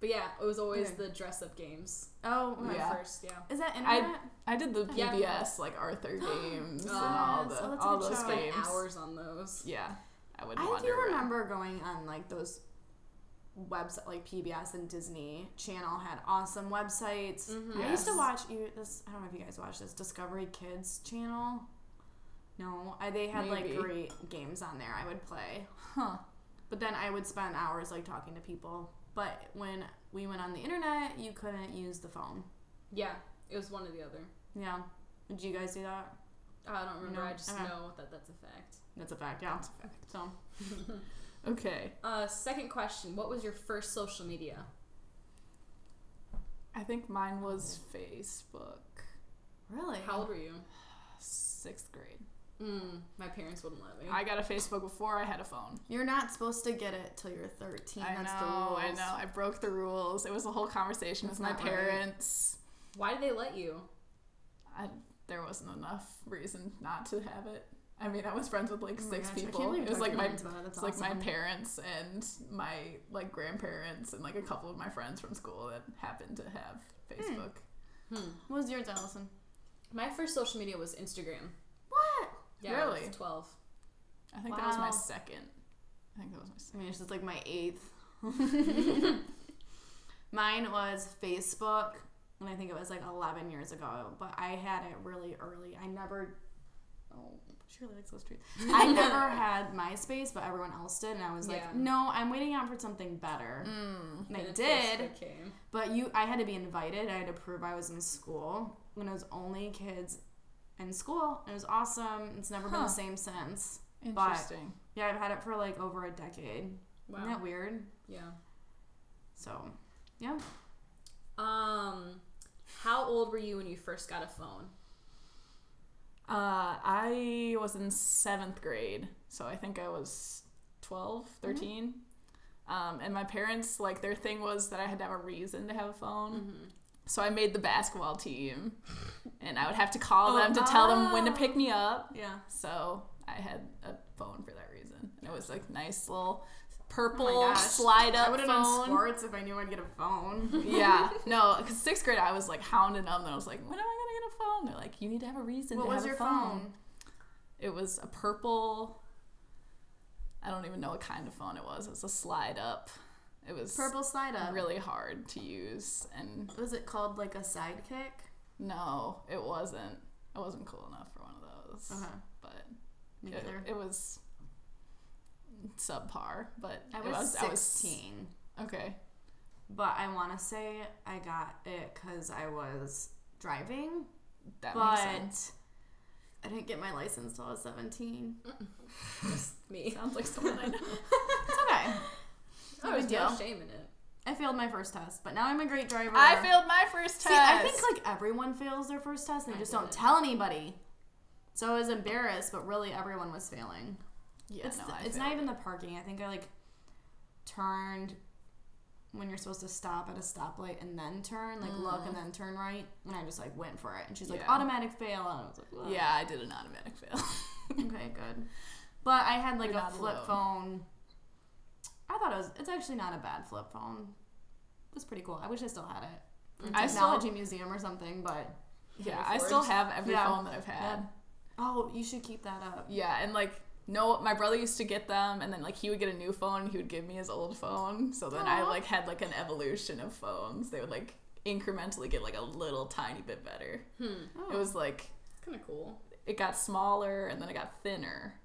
[SPEAKER 1] But yeah, it was always
[SPEAKER 3] Okay.
[SPEAKER 1] the dress up games.
[SPEAKER 3] Oh,
[SPEAKER 1] My
[SPEAKER 2] Yeah.
[SPEAKER 1] first, yeah.
[SPEAKER 3] Is that
[SPEAKER 2] I-
[SPEAKER 3] internet?
[SPEAKER 2] I did the
[SPEAKER 1] Yeah.
[SPEAKER 2] PBS like Arthur games and
[SPEAKER 1] Oh,
[SPEAKER 2] all
[SPEAKER 3] yes.
[SPEAKER 2] the
[SPEAKER 3] Oh, that's a
[SPEAKER 2] all
[SPEAKER 3] good
[SPEAKER 2] those
[SPEAKER 3] show.
[SPEAKER 1] Spent
[SPEAKER 2] games.
[SPEAKER 1] hours on those.
[SPEAKER 2] Yeah, I would.
[SPEAKER 3] I
[SPEAKER 2] wander
[SPEAKER 3] do
[SPEAKER 2] around.
[SPEAKER 3] remember going on like those website like PBS and Disney Channel had awesome websites.
[SPEAKER 1] Mhm.
[SPEAKER 3] I used to
[SPEAKER 2] Yes.
[SPEAKER 3] watch you this. I don't know if you guys watch this Discovery Kids Channel. No, I, they had
[SPEAKER 2] Maybe.
[SPEAKER 3] like great games on there. I would play,
[SPEAKER 2] Huh?
[SPEAKER 3] but then I would spend hours like talking to people. But when we went on the internet, you couldn't use the phone.
[SPEAKER 1] Yeah, it was one or the other.
[SPEAKER 3] Yeah, did you guys do that?
[SPEAKER 1] I don't remember.
[SPEAKER 3] No. Uh-huh.
[SPEAKER 1] I just
[SPEAKER 3] Okay.
[SPEAKER 1] know that that's a fact.
[SPEAKER 3] That's a fact. Yeah. So
[SPEAKER 2] Okay.
[SPEAKER 1] Uh, second question: What was your first social media?
[SPEAKER 2] I think mine was Facebook,
[SPEAKER 3] really,
[SPEAKER 1] How old were you?
[SPEAKER 2] sixth grade.
[SPEAKER 1] Mm, my parents wouldn't let me.
[SPEAKER 2] I got a Facebook before I had a phone.
[SPEAKER 3] You're not supposed to get it till you're 13.
[SPEAKER 2] I
[SPEAKER 3] That's
[SPEAKER 2] know.
[SPEAKER 3] the
[SPEAKER 2] I
[SPEAKER 3] rules.
[SPEAKER 2] know. I broke the rules. It was a whole conversation
[SPEAKER 3] That's
[SPEAKER 2] with my
[SPEAKER 3] not right.
[SPEAKER 2] parents.
[SPEAKER 1] Why did they let you?
[SPEAKER 2] I there wasn't enough reason not to have it. I mean, I was friends with like
[SPEAKER 3] Oh my
[SPEAKER 2] six
[SPEAKER 3] gosh, I can't
[SPEAKER 2] people.
[SPEAKER 3] believe
[SPEAKER 2] It was
[SPEAKER 3] Dr.
[SPEAKER 2] like my
[SPEAKER 3] Lawrence about it. That's
[SPEAKER 2] it's like my
[SPEAKER 3] awesome.
[SPEAKER 2] parents and my like grandparents and like a couple of my friends from school that happened to have Facebook.
[SPEAKER 1] Hmm.
[SPEAKER 3] What was yours, Allison?
[SPEAKER 1] My first social media was Instagram.
[SPEAKER 3] What?
[SPEAKER 1] Yeah, I
[SPEAKER 2] Really?
[SPEAKER 1] was 12.
[SPEAKER 2] I think that was my
[SPEAKER 3] Wow.
[SPEAKER 2] second. I think that was my
[SPEAKER 3] I
[SPEAKER 2] second.
[SPEAKER 3] mean, it's just like my eighth. Mine was Facebook, and I think it was like 11 years ago, but I had it really early. I never. Oh, she really likes those trees. I never had MySpace, but everyone else did, and I was
[SPEAKER 1] Yeah.
[SPEAKER 3] like, no, I'm waiting out for something better.
[SPEAKER 2] Mm.
[SPEAKER 3] And I
[SPEAKER 1] then
[SPEAKER 3] did,
[SPEAKER 1] Facebook came.
[SPEAKER 3] but you, I had to be invited. I had to prove I was in school, and it was only kids in school. It was awesome. It's never been
[SPEAKER 2] Huh.
[SPEAKER 3] the same since.
[SPEAKER 2] Interesting.
[SPEAKER 3] Yeah, I've had it for like over a decade. Isn't
[SPEAKER 1] Wow.
[SPEAKER 3] that weird?
[SPEAKER 1] Yeah.
[SPEAKER 3] So, yeah.
[SPEAKER 1] Um, how old were you when you first got a phone?
[SPEAKER 2] Uh, I was in seventh grade, so I think I was 12, 13. Um, and my parents, like, their thing was that I had to have a reason to have a phone. So I made the basketball team, and I would have to call
[SPEAKER 3] Oh,
[SPEAKER 2] them to tell them when to
[SPEAKER 3] oh.
[SPEAKER 2] pick me up.
[SPEAKER 3] Yeah.
[SPEAKER 2] So I had a phone for that reason. And it was, like, nice little purple
[SPEAKER 3] Oh gosh.
[SPEAKER 2] slide
[SPEAKER 3] I
[SPEAKER 2] up
[SPEAKER 3] would have done
[SPEAKER 2] phone.
[SPEAKER 3] sports if I knew I'd get a phone.
[SPEAKER 2] yeah, no, because sixth grade I was like hounding them, and I was like, when am I gonna get a phone? They're like, you need to have a reason
[SPEAKER 3] what
[SPEAKER 2] to
[SPEAKER 3] was
[SPEAKER 2] have
[SPEAKER 3] your
[SPEAKER 2] a phone.
[SPEAKER 3] phone?
[SPEAKER 2] It was a purple. I don't even know what kind of phone it was. It was a slide up. It was
[SPEAKER 3] Purple slide up.
[SPEAKER 2] really hard to use, and
[SPEAKER 3] Was it called like a sidekick?
[SPEAKER 2] no, it wasn't. I wasn't cool enough for one of those.
[SPEAKER 3] Uh huh.
[SPEAKER 2] But
[SPEAKER 3] Me
[SPEAKER 2] it,
[SPEAKER 3] neither.
[SPEAKER 2] it was subpar. But
[SPEAKER 3] I
[SPEAKER 2] it
[SPEAKER 3] was,
[SPEAKER 2] I was-
[SPEAKER 3] 16,
[SPEAKER 2] okay.
[SPEAKER 3] but I want to say I got it because I was driving,
[SPEAKER 2] That
[SPEAKER 3] but
[SPEAKER 2] makes sense.
[SPEAKER 3] I didn't get my license till I was 17.
[SPEAKER 1] Me.
[SPEAKER 2] Sounds like someone I know.
[SPEAKER 3] It's okay.
[SPEAKER 1] Oh,
[SPEAKER 3] No
[SPEAKER 1] There's
[SPEAKER 3] big
[SPEAKER 1] no
[SPEAKER 3] deal.
[SPEAKER 1] shame in it.
[SPEAKER 3] I failed my first test, but now I'm a great driver.
[SPEAKER 2] I failed my first test.
[SPEAKER 3] See, I think like everyone fails their first test. They
[SPEAKER 1] I
[SPEAKER 3] just
[SPEAKER 1] did
[SPEAKER 3] don't
[SPEAKER 1] it.
[SPEAKER 3] tell anybody. So I was embarrassed, but really everyone was failing.
[SPEAKER 2] yeah,
[SPEAKER 3] it's
[SPEAKER 2] no, I
[SPEAKER 3] it's not
[SPEAKER 2] failed.
[SPEAKER 3] even the parking. I think I like turned when you're supposed to stop at a stoplight and then turn, like look and then turn right, and I just like went for it. And she's like
[SPEAKER 2] Mm. Yeah.
[SPEAKER 3] automatic fail, and I was like, "Whoa."
[SPEAKER 2] Yeah, I did an automatic fail.
[SPEAKER 3] okay, good. But I had like
[SPEAKER 2] You're
[SPEAKER 3] a
[SPEAKER 2] not
[SPEAKER 3] flip
[SPEAKER 2] alone.
[SPEAKER 3] phone. I thought it was. It's actually not a bad flip phone. It was pretty cool. I wish I still had it. For a
[SPEAKER 2] I still-
[SPEAKER 3] technology museum or something, but
[SPEAKER 2] Yeah,
[SPEAKER 1] Go
[SPEAKER 2] I
[SPEAKER 1] for
[SPEAKER 2] still
[SPEAKER 1] it.
[SPEAKER 2] have every
[SPEAKER 3] Yeah.
[SPEAKER 2] phone that I've had.
[SPEAKER 3] Oh, you should keep that up.
[SPEAKER 2] Yeah, and like no, my brother used to get them, and then like he would get a new phone, and he would give me his old phone. So then I
[SPEAKER 3] Aw.
[SPEAKER 2] like had like an evolution of phones. They would like incrementally get like a little tiny bit better.
[SPEAKER 1] Hmm.
[SPEAKER 3] Oh,
[SPEAKER 2] It was like
[SPEAKER 1] It's kind of cool.
[SPEAKER 2] it got smaller, and then it got thinner,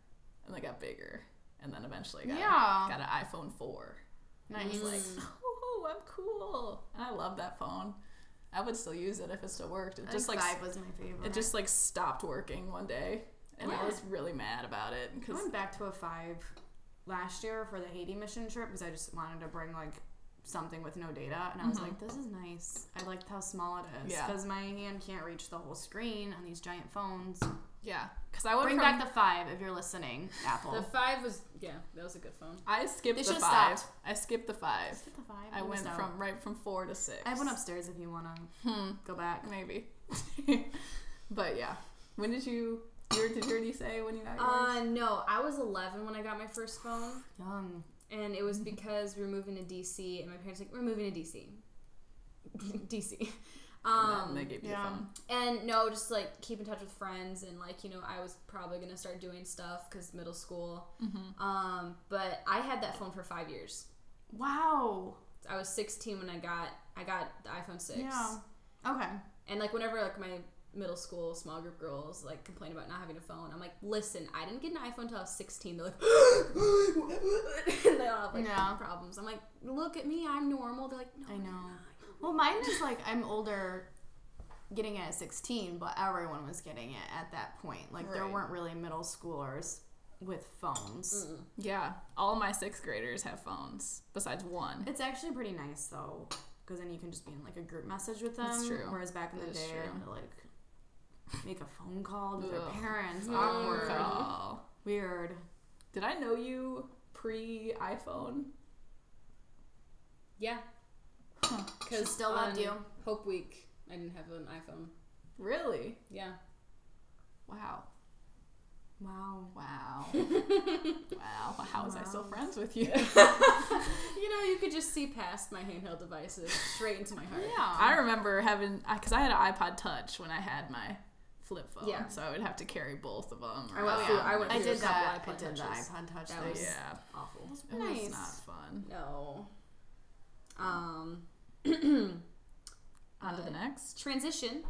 [SPEAKER 2] and then it got bigger, and then eventually got
[SPEAKER 3] Yeah.
[SPEAKER 2] got an iPhone four.
[SPEAKER 3] nice.
[SPEAKER 2] It's like, oh, I'm cool. And I love that phone. I would still use it if it still worked. It
[SPEAKER 3] I
[SPEAKER 2] just
[SPEAKER 3] think
[SPEAKER 2] like
[SPEAKER 3] five was my favorite.
[SPEAKER 2] It just like stopped working one day, and I
[SPEAKER 3] Yeah.
[SPEAKER 2] was really mad about it
[SPEAKER 3] I
[SPEAKER 2] because
[SPEAKER 3] went back to a five last year for the Haiti mission trip because I just wanted to bring like something with no data, and I was
[SPEAKER 2] Mhm.
[SPEAKER 3] like, this is nice. I liked how small it is
[SPEAKER 2] Yeah.
[SPEAKER 3] because my hand can't reach the whole screen on these giant phones.
[SPEAKER 2] yeah, because I went
[SPEAKER 3] Bring
[SPEAKER 2] from,
[SPEAKER 3] back the five if you're listening, Apple.
[SPEAKER 1] The five was, yeah, that was a good phone.
[SPEAKER 2] I skipped
[SPEAKER 3] They
[SPEAKER 2] the
[SPEAKER 3] should've
[SPEAKER 2] five. I skipped the five.
[SPEAKER 3] Just get the five.
[SPEAKER 2] I
[SPEAKER 3] You
[SPEAKER 2] went
[SPEAKER 3] missed out.
[SPEAKER 2] from right from four to six.
[SPEAKER 3] I went upstairs if you want to
[SPEAKER 2] Hmm,
[SPEAKER 3] go back.
[SPEAKER 2] maybe, but yeah. When did you? you were- did you already say when you got yours?
[SPEAKER 1] Uh, no, I was 11 when I got my first phone,
[SPEAKER 3] Young.
[SPEAKER 1] and it was because we were moving to DC, and my parents were like, we're moving to DC. DC. Um,
[SPEAKER 3] Um,
[SPEAKER 2] and then they gave you
[SPEAKER 3] yeah.
[SPEAKER 2] a phone.
[SPEAKER 1] and no just like keep in touch with friends and like you know i was probably gonna start doing stuff because middle school
[SPEAKER 3] Mm-hmm.
[SPEAKER 1] um, but i had that phone for five years
[SPEAKER 3] Wow.
[SPEAKER 1] i was 16 when i got i got the iphone 6
[SPEAKER 3] Yeah. Okay.
[SPEAKER 1] and like whenever like my middle school small group girls like complain about not having a phone i'm like listen i didn't get an iphone until i was 16 they're like and they all have like
[SPEAKER 3] Yeah.
[SPEAKER 1] problems i'm like look at me i'm normal they're like no
[SPEAKER 3] I
[SPEAKER 1] you're
[SPEAKER 3] know.
[SPEAKER 1] not.
[SPEAKER 3] Well, mine is like I'm older, getting it at 16, but everyone was getting it at that point. Like there
[SPEAKER 2] Right. Mm.
[SPEAKER 3] weren't really middle schoolers with phones.
[SPEAKER 1] Mm-mm.
[SPEAKER 2] Yeah, all my sixth graders have phones besides one.
[SPEAKER 3] It's actually pretty nice though, because then you can just be in like a group message with them.
[SPEAKER 2] That's true.
[SPEAKER 3] Whereas back in the
[SPEAKER 2] That is
[SPEAKER 3] day, I had to like make a phone call to their
[SPEAKER 2] Ugh.
[SPEAKER 3] parents.
[SPEAKER 1] Phone
[SPEAKER 3] Awkward.
[SPEAKER 2] Call.
[SPEAKER 3] Weird.
[SPEAKER 2] Did I know you pre iPhone?
[SPEAKER 1] yeah
[SPEAKER 3] She
[SPEAKER 1] because
[SPEAKER 3] still loved you.
[SPEAKER 1] hope week i didn't have an iphone
[SPEAKER 2] Really?
[SPEAKER 1] yeah
[SPEAKER 2] Wow.
[SPEAKER 3] Wow.
[SPEAKER 2] Wow. wow. How was I still
[SPEAKER 3] Wow.
[SPEAKER 2] friends with you?
[SPEAKER 1] You know, you could just see past my handheld devices straight into my heart.
[SPEAKER 2] I remember having, because I had an iPod Touch when I had my flip phone.
[SPEAKER 1] Yeah.
[SPEAKER 2] So I would have to carry both of them.
[SPEAKER 1] I went
[SPEAKER 3] Oh,
[SPEAKER 1] through.
[SPEAKER 3] yeah.
[SPEAKER 1] I went
[SPEAKER 3] I
[SPEAKER 1] through
[SPEAKER 3] did
[SPEAKER 1] a couple
[SPEAKER 3] that. I
[SPEAKER 1] iPod
[SPEAKER 3] did the
[SPEAKER 1] touches.
[SPEAKER 3] iPod Touch
[SPEAKER 1] That
[SPEAKER 3] thing.
[SPEAKER 1] was-
[SPEAKER 2] Yeah.
[SPEAKER 1] Awful.
[SPEAKER 2] It
[SPEAKER 3] Nice.
[SPEAKER 2] was not fun.
[SPEAKER 1] No. Um,
[SPEAKER 2] On to the
[SPEAKER 1] Uh,
[SPEAKER 2] next.
[SPEAKER 1] transition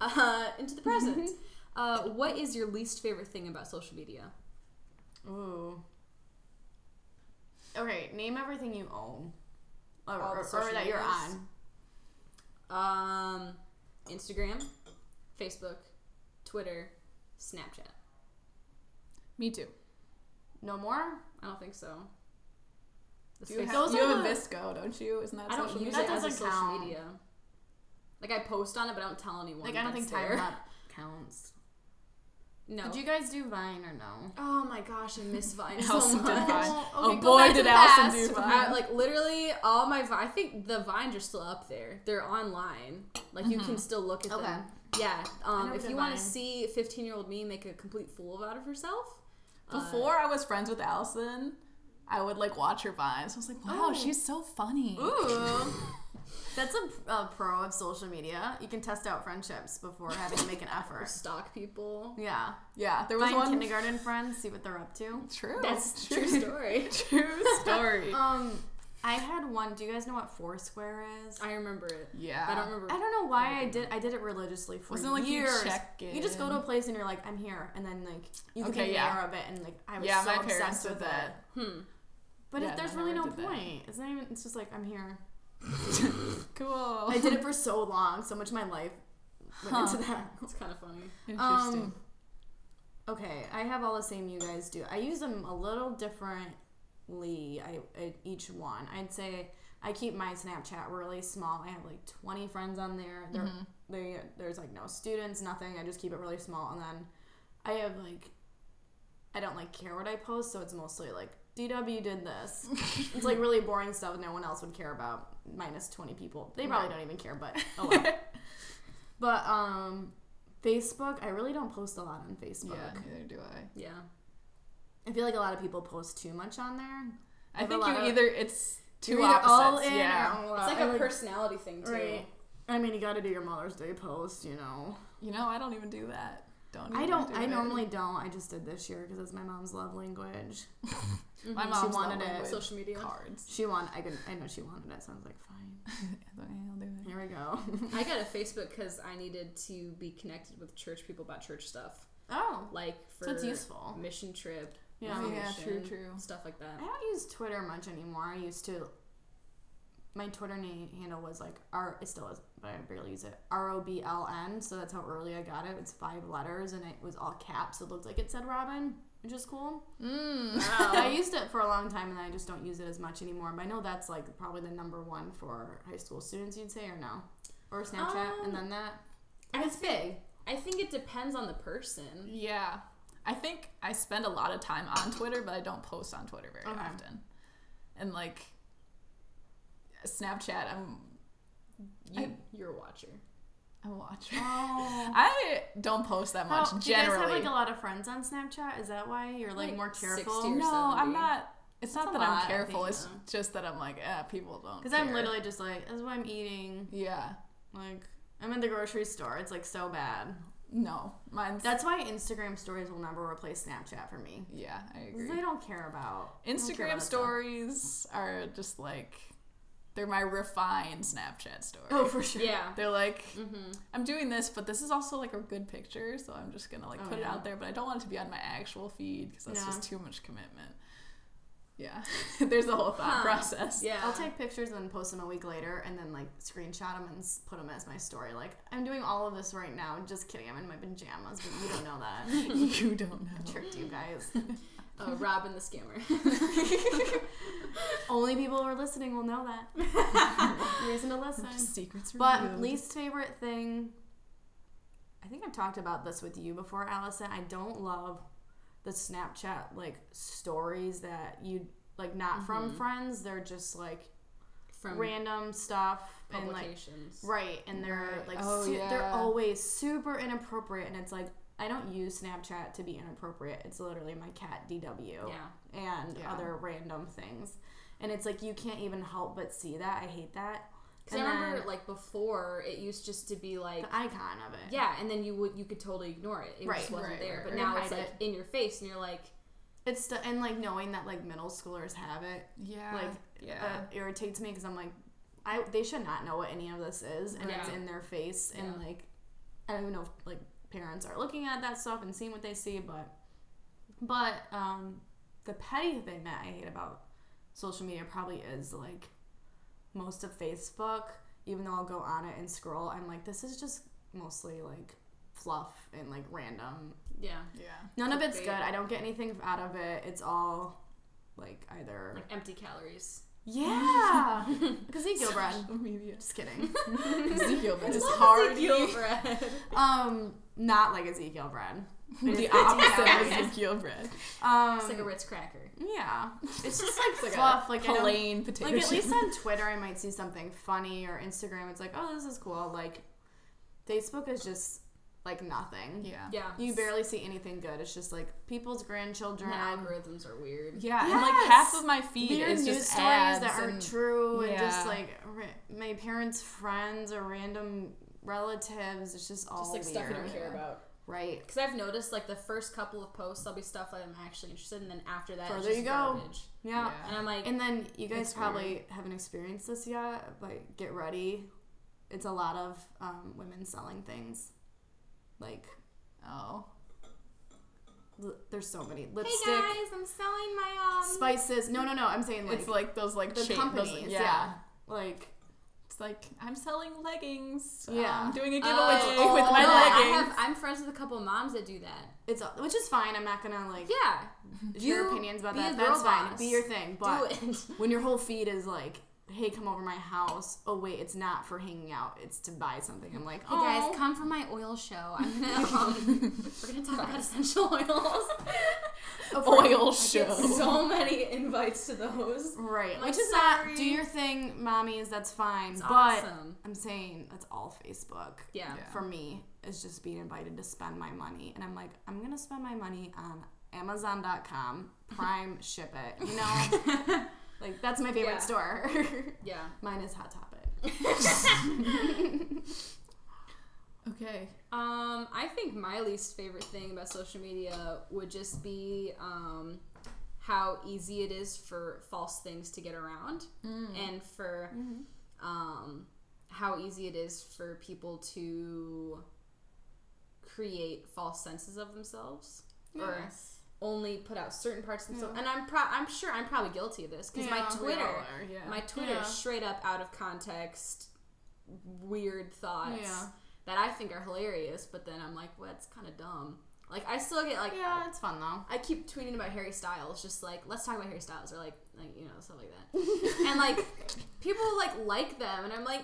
[SPEAKER 1] uh, into the present. uh, what is your least favorite thing about social media?
[SPEAKER 3] Ooh. Okay, name everything you own. Or,
[SPEAKER 1] All the
[SPEAKER 3] or- or
[SPEAKER 1] social
[SPEAKER 3] that you're
[SPEAKER 1] medias.
[SPEAKER 3] on.
[SPEAKER 1] Um, Instagram, Facebook, Twitter, Snapchat.
[SPEAKER 2] Me too.
[SPEAKER 3] No more?
[SPEAKER 1] I don't think so. The
[SPEAKER 2] You
[SPEAKER 1] space-
[SPEAKER 2] have,
[SPEAKER 3] Those
[SPEAKER 2] you
[SPEAKER 3] are
[SPEAKER 2] have a
[SPEAKER 3] the-
[SPEAKER 2] Visco, don't you? Isn't that
[SPEAKER 1] I don't
[SPEAKER 2] social
[SPEAKER 1] use
[SPEAKER 2] media?
[SPEAKER 1] it
[SPEAKER 3] That
[SPEAKER 1] as a
[SPEAKER 3] doesn't
[SPEAKER 1] social
[SPEAKER 3] count.
[SPEAKER 1] media. Like I post on it, but I don't tell anyone.
[SPEAKER 3] Like, I don't
[SPEAKER 1] that
[SPEAKER 3] think
[SPEAKER 1] it's there.
[SPEAKER 3] Time Lap counts.
[SPEAKER 1] No.
[SPEAKER 3] Did you guys do Vine or no?
[SPEAKER 1] Oh my gosh, I miss Vine so
[SPEAKER 2] Allison did
[SPEAKER 1] much.
[SPEAKER 2] Vine.
[SPEAKER 3] Oh,
[SPEAKER 2] Oh,
[SPEAKER 3] okay, go
[SPEAKER 2] boy,
[SPEAKER 3] back to
[SPEAKER 2] did
[SPEAKER 3] the
[SPEAKER 2] Allison
[SPEAKER 3] past.
[SPEAKER 2] do
[SPEAKER 1] I,
[SPEAKER 2] Vine.
[SPEAKER 1] like literally all my vi- I think the vines are still up there. They're online. Like you can still look at
[SPEAKER 3] Okay.
[SPEAKER 1] them. Yeah. Um,
[SPEAKER 3] never
[SPEAKER 1] if
[SPEAKER 3] did
[SPEAKER 1] you want to
[SPEAKER 3] Vine.
[SPEAKER 1] see 15 year old me make a complete fool out of herself, uh,
[SPEAKER 2] Before I was friends with Allison, I would like watch her vines. I was like, wow,
[SPEAKER 3] Oh.
[SPEAKER 2] she's so funny.
[SPEAKER 3] Ooh. That's a, a pro of social media. You can test out friendships before having to make an effort.
[SPEAKER 1] stalk people.
[SPEAKER 3] Yeah.
[SPEAKER 2] Yeah, there was
[SPEAKER 3] Find
[SPEAKER 2] one.
[SPEAKER 3] kindergarten friends, see what they're up to.
[SPEAKER 2] True.
[SPEAKER 1] That's a true story.
[SPEAKER 2] True story.
[SPEAKER 3] Um, I had one. Do you guys know what Foursquare is?
[SPEAKER 1] I remember it.
[SPEAKER 2] yeah.
[SPEAKER 1] I don't remember.
[SPEAKER 3] I don't know why I did. I did it religiously for
[SPEAKER 2] Wasn't it like you
[SPEAKER 3] years.
[SPEAKER 2] check
[SPEAKER 3] You just go
[SPEAKER 2] in?
[SPEAKER 3] to a place and you're like, I'm here, and then like you can
[SPEAKER 2] Okay,
[SPEAKER 3] be
[SPEAKER 2] yeah.
[SPEAKER 3] aware of it, and like I was
[SPEAKER 2] Yeah,
[SPEAKER 3] so
[SPEAKER 2] my parents
[SPEAKER 3] obsessed
[SPEAKER 2] did
[SPEAKER 3] with it.
[SPEAKER 2] that.
[SPEAKER 1] Hmm.
[SPEAKER 3] But
[SPEAKER 2] Yeah,
[SPEAKER 3] if there's
[SPEAKER 2] I
[SPEAKER 3] really no
[SPEAKER 2] never did that.
[SPEAKER 3] point. It's not even. It's just like I'm here.
[SPEAKER 2] Cool.
[SPEAKER 3] I did it for so long. So much of my life went
[SPEAKER 2] Huh.
[SPEAKER 3] into that.
[SPEAKER 1] It's kind of funny.
[SPEAKER 2] Interesting.
[SPEAKER 3] Um, okay, I have all the same you guys do. I use them a little differently. I, I each one. I'd say I keep my Snapchat really small. I have like 20 friends on there. There, they, there's like no students, nothing. I just keep it really small, and then I have like I don't like care what I post, so it's mostly like DW did this. it's like really boring stuff no one else would care about. Minus 20 people. They probably don't even care, but oh well. but um, Facebook, I really don't post a lot on Facebook.
[SPEAKER 2] yeah, neither do I.
[SPEAKER 1] Yeah.
[SPEAKER 3] I feel like a lot of people post too much on there.
[SPEAKER 2] I
[SPEAKER 3] I have a
[SPEAKER 2] think
[SPEAKER 3] lot
[SPEAKER 2] you
[SPEAKER 3] of-
[SPEAKER 2] either it's two
[SPEAKER 3] You're either
[SPEAKER 2] opposites.
[SPEAKER 3] all in
[SPEAKER 2] yeah.
[SPEAKER 3] or all
[SPEAKER 1] It's
[SPEAKER 3] out.
[SPEAKER 1] like
[SPEAKER 3] I
[SPEAKER 1] a personality thing too.
[SPEAKER 3] Right. I mean, you got to do your Mother's Day post, you know.
[SPEAKER 2] You know, I don't even do that. Don't. Even
[SPEAKER 3] I don't.
[SPEAKER 2] Do
[SPEAKER 3] I
[SPEAKER 2] it.
[SPEAKER 3] normally don't. I just did this year because it's my mom's love language.
[SPEAKER 2] My
[SPEAKER 3] she
[SPEAKER 2] mom
[SPEAKER 3] wanted it.
[SPEAKER 1] Mm-hmm. Social media.
[SPEAKER 2] cards.
[SPEAKER 3] She wanted. I could. I know she wanted it. So I was like, fine.
[SPEAKER 2] Okay, I'll do it.
[SPEAKER 3] Here we go.
[SPEAKER 1] I got a Facebook because I needed to be connected with church people about church stuff,
[SPEAKER 3] oh,
[SPEAKER 1] like for
[SPEAKER 3] so it's useful.
[SPEAKER 1] mission trip,
[SPEAKER 3] Yeah.
[SPEAKER 2] Oh, yeah,
[SPEAKER 1] information,
[SPEAKER 2] true, true.
[SPEAKER 1] stuff like that.
[SPEAKER 3] I don't use Twitter much anymore. I used to. My Twitter name handle was like R. It still is, but I barely use it. R O B L N. So that's how early I got it. It's five letters, and it was all caps. So it looked like it said Robin, which is cool.
[SPEAKER 2] Mm.
[SPEAKER 3] I used it for a long time, and I just don't use it as much anymore. But I know that's like probably the number one for high school students. You'd say or no, or Snapchat,
[SPEAKER 1] Um,
[SPEAKER 3] and then that.
[SPEAKER 1] I
[SPEAKER 3] And it's big.
[SPEAKER 1] I think it depends on the person.
[SPEAKER 2] Yeah. I think I spend a lot of time on Twitter, but I don't post on Twitter very
[SPEAKER 3] Okay.
[SPEAKER 2] often. And like Snapchat, I'm
[SPEAKER 1] You,
[SPEAKER 2] you,
[SPEAKER 1] you're a watcher.
[SPEAKER 2] I, am a watcher.
[SPEAKER 3] Oh.
[SPEAKER 2] I don't post that much
[SPEAKER 3] do you guys
[SPEAKER 2] generally.
[SPEAKER 3] have like a lot of friends on Snapchat? Is that why you're like,
[SPEAKER 1] Like
[SPEAKER 3] more
[SPEAKER 1] 60
[SPEAKER 3] careful?
[SPEAKER 1] or
[SPEAKER 2] no,
[SPEAKER 1] 70.
[SPEAKER 2] I'm not. It's not
[SPEAKER 3] That's a
[SPEAKER 2] that I'm
[SPEAKER 3] lot, I
[SPEAKER 2] careful.
[SPEAKER 3] think,
[SPEAKER 2] it's
[SPEAKER 1] though.
[SPEAKER 2] just that I'm like, eh, people don't.
[SPEAKER 3] Because I'm
[SPEAKER 2] care."
[SPEAKER 3] literally just like, this is what I'm eating.
[SPEAKER 2] Yeah.
[SPEAKER 3] Like, I'm in the grocery store. It's like so bad.
[SPEAKER 2] No, mine's.
[SPEAKER 3] That's why Instagram stories will never replace Snapchat for me.
[SPEAKER 2] yeah, I
[SPEAKER 3] 'Cause
[SPEAKER 2] agree.
[SPEAKER 3] I don't care about I don't care
[SPEAKER 2] Instagram
[SPEAKER 3] about that stuff.
[SPEAKER 2] stories are just like they're my refined Snapchat story.
[SPEAKER 3] Oh, for sure.
[SPEAKER 1] Yeah.
[SPEAKER 2] They're like,
[SPEAKER 1] Mm-hmm.
[SPEAKER 2] I'm doing this, but this is also like a good picture, so I'm just gonna like
[SPEAKER 3] Oh,
[SPEAKER 2] put it
[SPEAKER 3] yeah.
[SPEAKER 2] out there, but I don't want it to be on my actual feed because that's
[SPEAKER 3] No.
[SPEAKER 2] just too much commitment. Yeah, there's the whole thought
[SPEAKER 1] Huh.
[SPEAKER 2] process.
[SPEAKER 1] Yeah.
[SPEAKER 3] I'll take pictures and post them a week later, and then like screenshot them and s- put them as my story. Like, I'm doing all of this right now. Just kidding. I'm in my pajamas, but you don't know that.
[SPEAKER 2] you don't
[SPEAKER 3] I
[SPEAKER 2] know.
[SPEAKER 3] tricked you guys.
[SPEAKER 1] Uh, Robin the scammer.
[SPEAKER 3] Only people who are listening will know that. Reason to listen.
[SPEAKER 2] Secrets
[SPEAKER 3] But least favorite thing, I think I've talked about this with you before, Allison. I don't love the Snapchat like stories that you like not from friends. They're just like
[SPEAKER 1] Mm-hmm. From
[SPEAKER 3] random stuff and like
[SPEAKER 1] publications.
[SPEAKER 3] right, and they're
[SPEAKER 2] Right.
[SPEAKER 3] like
[SPEAKER 2] Oh,
[SPEAKER 3] su- they're
[SPEAKER 2] yeah.
[SPEAKER 3] always super inappropriate, and it's like I don't use Snapchat to be inappropriate. It's literally my cat DW
[SPEAKER 1] Yeah.
[SPEAKER 3] and
[SPEAKER 2] Yeah.
[SPEAKER 3] other random things. And it's like you can't even help but see that. I hate that.
[SPEAKER 1] Because I
[SPEAKER 3] And
[SPEAKER 1] remember
[SPEAKER 3] then-
[SPEAKER 1] like before it used just to be like
[SPEAKER 3] The icon of it.
[SPEAKER 1] yeah, and then you would you could totally ignore it. It
[SPEAKER 3] Right,
[SPEAKER 1] just wasn't
[SPEAKER 2] right,
[SPEAKER 1] there.
[SPEAKER 2] right,
[SPEAKER 1] but
[SPEAKER 3] right.
[SPEAKER 1] now
[SPEAKER 3] Or
[SPEAKER 1] it's
[SPEAKER 3] hide
[SPEAKER 1] like in your face, and you're like,
[SPEAKER 3] It's st- and like knowing that like middle schoolers have it
[SPEAKER 2] Yeah.
[SPEAKER 3] Like,
[SPEAKER 2] yeah.
[SPEAKER 3] uh, irritates me because I'm like, I they should not know what any of this is, and it's
[SPEAKER 1] Yeah.
[SPEAKER 3] in their face, and
[SPEAKER 1] Yeah.
[SPEAKER 3] like, I don't even know if like parents are looking at that stuff and seeing what they see, but, but um, the petty thing that I hate about social media probably is like, most of Facebook, even though I'll go on it and scroll, I'm like, this is just mostly like fluff and like random
[SPEAKER 1] yeah,
[SPEAKER 2] yeah.
[SPEAKER 3] None of it's
[SPEAKER 1] Clickbait.
[SPEAKER 3] good. I don't get anything out of it. It's all like either
[SPEAKER 1] like empty calories.
[SPEAKER 3] yeah, because Ezekiel bread.
[SPEAKER 2] Social media.
[SPEAKER 3] Just kidding.
[SPEAKER 2] Ezekiel bread.
[SPEAKER 3] Just
[SPEAKER 1] Love
[SPEAKER 3] hard
[SPEAKER 1] Ezekiel
[SPEAKER 3] meat.
[SPEAKER 1] bread.
[SPEAKER 3] Um, not like Ezekiel bread.
[SPEAKER 2] the
[SPEAKER 3] It's-
[SPEAKER 2] opposite of
[SPEAKER 3] yeah.
[SPEAKER 2] Ezekiel bread.
[SPEAKER 3] Um,
[SPEAKER 1] It's like a Ritz cracker.
[SPEAKER 3] yeah, it's just like
[SPEAKER 2] like a
[SPEAKER 3] fluff. like I don't-
[SPEAKER 2] Plain potato
[SPEAKER 3] like at
[SPEAKER 2] chip.
[SPEAKER 3] least on Twitter, I might see something funny or Instagram. It's like, oh, this is cool. Like Facebook is just like nothing.
[SPEAKER 2] Yeah.
[SPEAKER 1] Yeah,
[SPEAKER 3] You barely see anything good. It's just like people's grandchildren.
[SPEAKER 1] The algorithms are weird.
[SPEAKER 2] Yeah, and like
[SPEAKER 3] Yes.
[SPEAKER 2] half of my feed
[SPEAKER 3] weird
[SPEAKER 2] is
[SPEAKER 3] news
[SPEAKER 2] just
[SPEAKER 3] stories
[SPEAKER 2] ads
[SPEAKER 3] that aren't
[SPEAKER 2] and-
[SPEAKER 3] true and just
[SPEAKER 2] Yeah.
[SPEAKER 3] like ra- my parents' friends or random relatives. It's just all
[SPEAKER 1] Just like
[SPEAKER 3] weird,
[SPEAKER 1] stuff you don't care about.
[SPEAKER 3] right?
[SPEAKER 1] Because I've noticed like the first couple of posts, there'll be stuff that I'm actually interested in, and then after that, it's
[SPEAKER 3] Further
[SPEAKER 1] just
[SPEAKER 3] you go.
[SPEAKER 1] garbage.
[SPEAKER 3] Yeah.
[SPEAKER 2] Yeah.
[SPEAKER 1] And I'm like,
[SPEAKER 3] And then you guys
[SPEAKER 2] It's
[SPEAKER 3] probably haven't experienced this yet, but get ready. It's a lot of um, women selling things. Like
[SPEAKER 2] Oh.
[SPEAKER 3] l- there's so many
[SPEAKER 1] hey
[SPEAKER 3] lipstick,
[SPEAKER 1] guys, I'm selling my um.
[SPEAKER 3] spices. No, no, no. I'm saying like,
[SPEAKER 2] it's like those like
[SPEAKER 3] the
[SPEAKER 2] shape- those,
[SPEAKER 3] companies. yeah.
[SPEAKER 2] yeah.
[SPEAKER 3] Like
[SPEAKER 2] It's like I'm selling leggings. Um,
[SPEAKER 3] Yeah.
[SPEAKER 2] I'm doing a giveaway
[SPEAKER 1] Oh,
[SPEAKER 2] with
[SPEAKER 3] all
[SPEAKER 2] my
[SPEAKER 1] no,
[SPEAKER 2] leggings.
[SPEAKER 1] I have, I'm friends with a couple moms that do that.
[SPEAKER 3] it's which is fine. I'm not gonna like
[SPEAKER 1] Yeah,
[SPEAKER 3] your
[SPEAKER 1] You
[SPEAKER 3] opinions about
[SPEAKER 1] be
[SPEAKER 3] that.
[SPEAKER 1] a
[SPEAKER 3] That's
[SPEAKER 1] girl
[SPEAKER 3] fine.
[SPEAKER 1] boss.
[SPEAKER 3] Be your thing. But
[SPEAKER 1] do it.
[SPEAKER 3] when your whole feed is like, "Hey, come over my house." Oh wait, it's not for hanging out. It's to buy something. I'm like,
[SPEAKER 1] Hey
[SPEAKER 3] oh,
[SPEAKER 1] guys, come for my oil show. I'm gonna um, we're gonna talk about essential oils.
[SPEAKER 3] oh, for-
[SPEAKER 2] Oil
[SPEAKER 1] Get
[SPEAKER 2] show.
[SPEAKER 1] so many invites to those.
[SPEAKER 3] right?
[SPEAKER 1] Like,
[SPEAKER 3] Which is
[SPEAKER 1] sorry.
[SPEAKER 3] not do your thing, mommies. That's fine.
[SPEAKER 1] It's
[SPEAKER 3] but
[SPEAKER 1] awesome.
[SPEAKER 3] I'm saying that's all Facebook
[SPEAKER 1] Yeah.
[SPEAKER 2] Yeah.
[SPEAKER 3] for me is just being invited to spend my money, and I'm like, I'm gonna spend my money on Amazon.com, Prime, ship it. You know, like that's my favorite
[SPEAKER 1] Yeah.
[SPEAKER 3] store.
[SPEAKER 1] yeah,
[SPEAKER 3] Mine is Hot Topic.
[SPEAKER 2] Okay.
[SPEAKER 1] Um, I think my least favorite thing about social media would just be um, how easy it is for false things to get around,
[SPEAKER 3] Mm.
[SPEAKER 1] and for
[SPEAKER 3] Mm-hmm.
[SPEAKER 1] um, how easy it is for people to create false senses of themselves or only put out certain parts of themselves. And I'm pro- I'm sure I'm probably guilty of this because
[SPEAKER 3] Yeah,
[SPEAKER 1] my
[SPEAKER 3] we all
[SPEAKER 1] Twitter,
[SPEAKER 3] are, yeah.
[SPEAKER 1] my Twitter,
[SPEAKER 3] Yeah.
[SPEAKER 1] is straight up out of context, weird thoughts
[SPEAKER 3] Yeah.
[SPEAKER 1] that I think are hilarious. But then I'm like, well, that's kind of dumb. Like I still get like.
[SPEAKER 3] yeah, it's fun though.
[SPEAKER 1] I keep tweeting about Harry Styles, just like let's talk about Harry Styles, or like, like you know stuff like that, and like people like like them, and I'm like,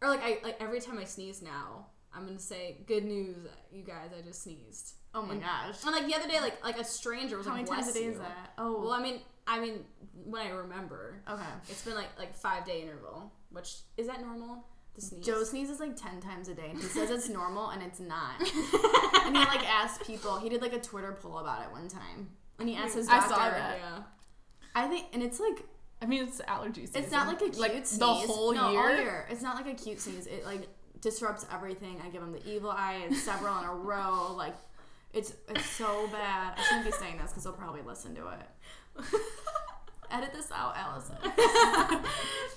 [SPEAKER 1] or like I like every time I sneeze now, I'm gonna say good news, you guys, I just sneezed.
[SPEAKER 3] Oh my gosh.
[SPEAKER 1] And like the other day, like like a stranger was
[SPEAKER 3] How
[SPEAKER 1] like,
[SPEAKER 3] many times a
[SPEAKER 1] "Bless
[SPEAKER 3] day
[SPEAKER 1] you."
[SPEAKER 3] is that? Oh,
[SPEAKER 1] Well, I mean, I mean, when I remember,
[SPEAKER 3] okay.
[SPEAKER 1] it's been like like five day interval, which is that normal? The sneeze.
[SPEAKER 3] Joe sneezes like ten times a day, and he says it's normal, and it's not. and he like asked people. He did like a Twitter poll about it one time, and he asked his
[SPEAKER 2] I
[SPEAKER 3] doctor.
[SPEAKER 2] saw that.
[SPEAKER 1] yeah.
[SPEAKER 3] I think, and it's like
[SPEAKER 2] I mean, it's allergy season.
[SPEAKER 3] it's not like a cute
[SPEAKER 2] like
[SPEAKER 3] sneeze.
[SPEAKER 2] the whole
[SPEAKER 3] no, all
[SPEAKER 2] year.
[SPEAKER 3] year. It's not like a cute sneeze. It like disrupts everything. I give him the evil eye. It's several in a row. Like it's it's so bad. I shouldn't be saying this because they'll probably listen to it. Edit this out, Allison.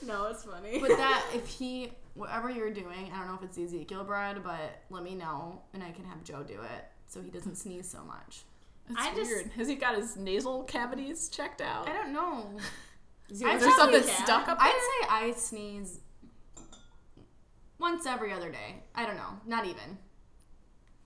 [SPEAKER 1] No, it's funny.
[SPEAKER 3] But that if he whatever you're doing, I don't know if it's Ezekiel bread, but let me know and I can have Joe do it so he doesn't sneeze so much.
[SPEAKER 2] It's
[SPEAKER 1] I just-
[SPEAKER 2] weird. Has he got his nasal cavities checked out?
[SPEAKER 3] I don't know.
[SPEAKER 1] Is
[SPEAKER 3] I'm
[SPEAKER 2] Is there
[SPEAKER 3] probably
[SPEAKER 2] something stuck up there?
[SPEAKER 3] I'd say I sneeze once every other day. I don't know. Not even.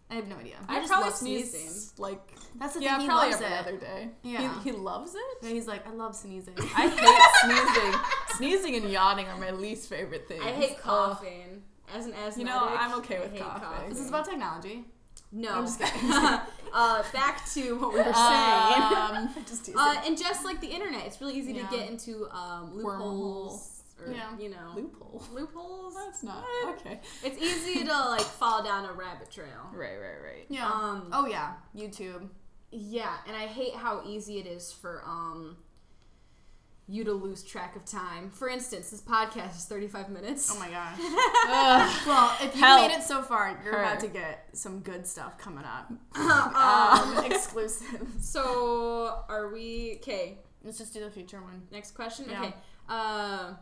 [SPEAKER 3] I have no idea.
[SPEAKER 1] I
[SPEAKER 2] He
[SPEAKER 1] just love
[SPEAKER 2] sneezes,
[SPEAKER 1] sneezing.
[SPEAKER 2] Like
[SPEAKER 3] That's the
[SPEAKER 2] yeah,
[SPEAKER 3] thing. He
[SPEAKER 2] probably
[SPEAKER 3] loves
[SPEAKER 2] every
[SPEAKER 3] it.
[SPEAKER 2] other day.
[SPEAKER 3] Yeah.
[SPEAKER 2] He, he loves it.
[SPEAKER 3] And he's like, I love sneezing.
[SPEAKER 2] I hate sneezing. Sneezing and yawning are my least favorite things.
[SPEAKER 1] I hate
[SPEAKER 2] Ugh.
[SPEAKER 1] coughing. As an asthmatic,
[SPEAKER 2] You know, I'm okay
[SPEAKER 1] I
[SPEAKER 2] with
[SPEAKER 1] hate
[SPEAKER 2] coughing.
[SPEAKER 3] this is about technology.
[SPEAKER 1] no.
[SPEAKER 3] I'm just kidding.
[SPEAKER 1] uh, back to what we were saying.
[SPEAKER 2] Um,
[SPEAKER 3] Just teasing.
[SPEAKER 1] Uh, and just like the internet, it's really easy
[SPEAKER 3] Yeah.
[SPEAKER 1] to get into um, loopholes, or
[SPEAKER 3] Yeah.
[SPEAKER 1] you know
[SPEAKER 2] Loophole.
[SPEAKER 1] loopholes.
[SPEAKER 2] That's not okay.
[SPEAKER 1] It's easy to like fall down a rabbit trail.
[SPEAKER 2] Right, right, right.
[SPEAKER 3] Yeah.
[SPEAKER 1] Um,
[SPEAKER 3] oh yeah, YouTube.
[SPEAKER 1] Yeah, and I hate how easy it is for um you to lose track of time. For instance, this podcast is 35 minutes.
[SPEAKER 3] Oh my gosh.
[SPEAKER 2] Ugh.
[SPEAKER 3] well, if you
[SPEAKER 2] Help.
[SPEAKER 3] made it so far, you're about
[SPEAKER 2] Her.
[SPEAKER 3] to get some good stuff coming up.
[SPEAKER 1] Uh,
[SPEAKER 3] Um, exclusives.
[SPEAKER 1] so are we okay?
[SPEAKER 3] Let's just do the future one.
[SPEAKER 1] Next question.
[SPEAKER 3] Yeah.
[SPEAKER 1] Okay. Uh,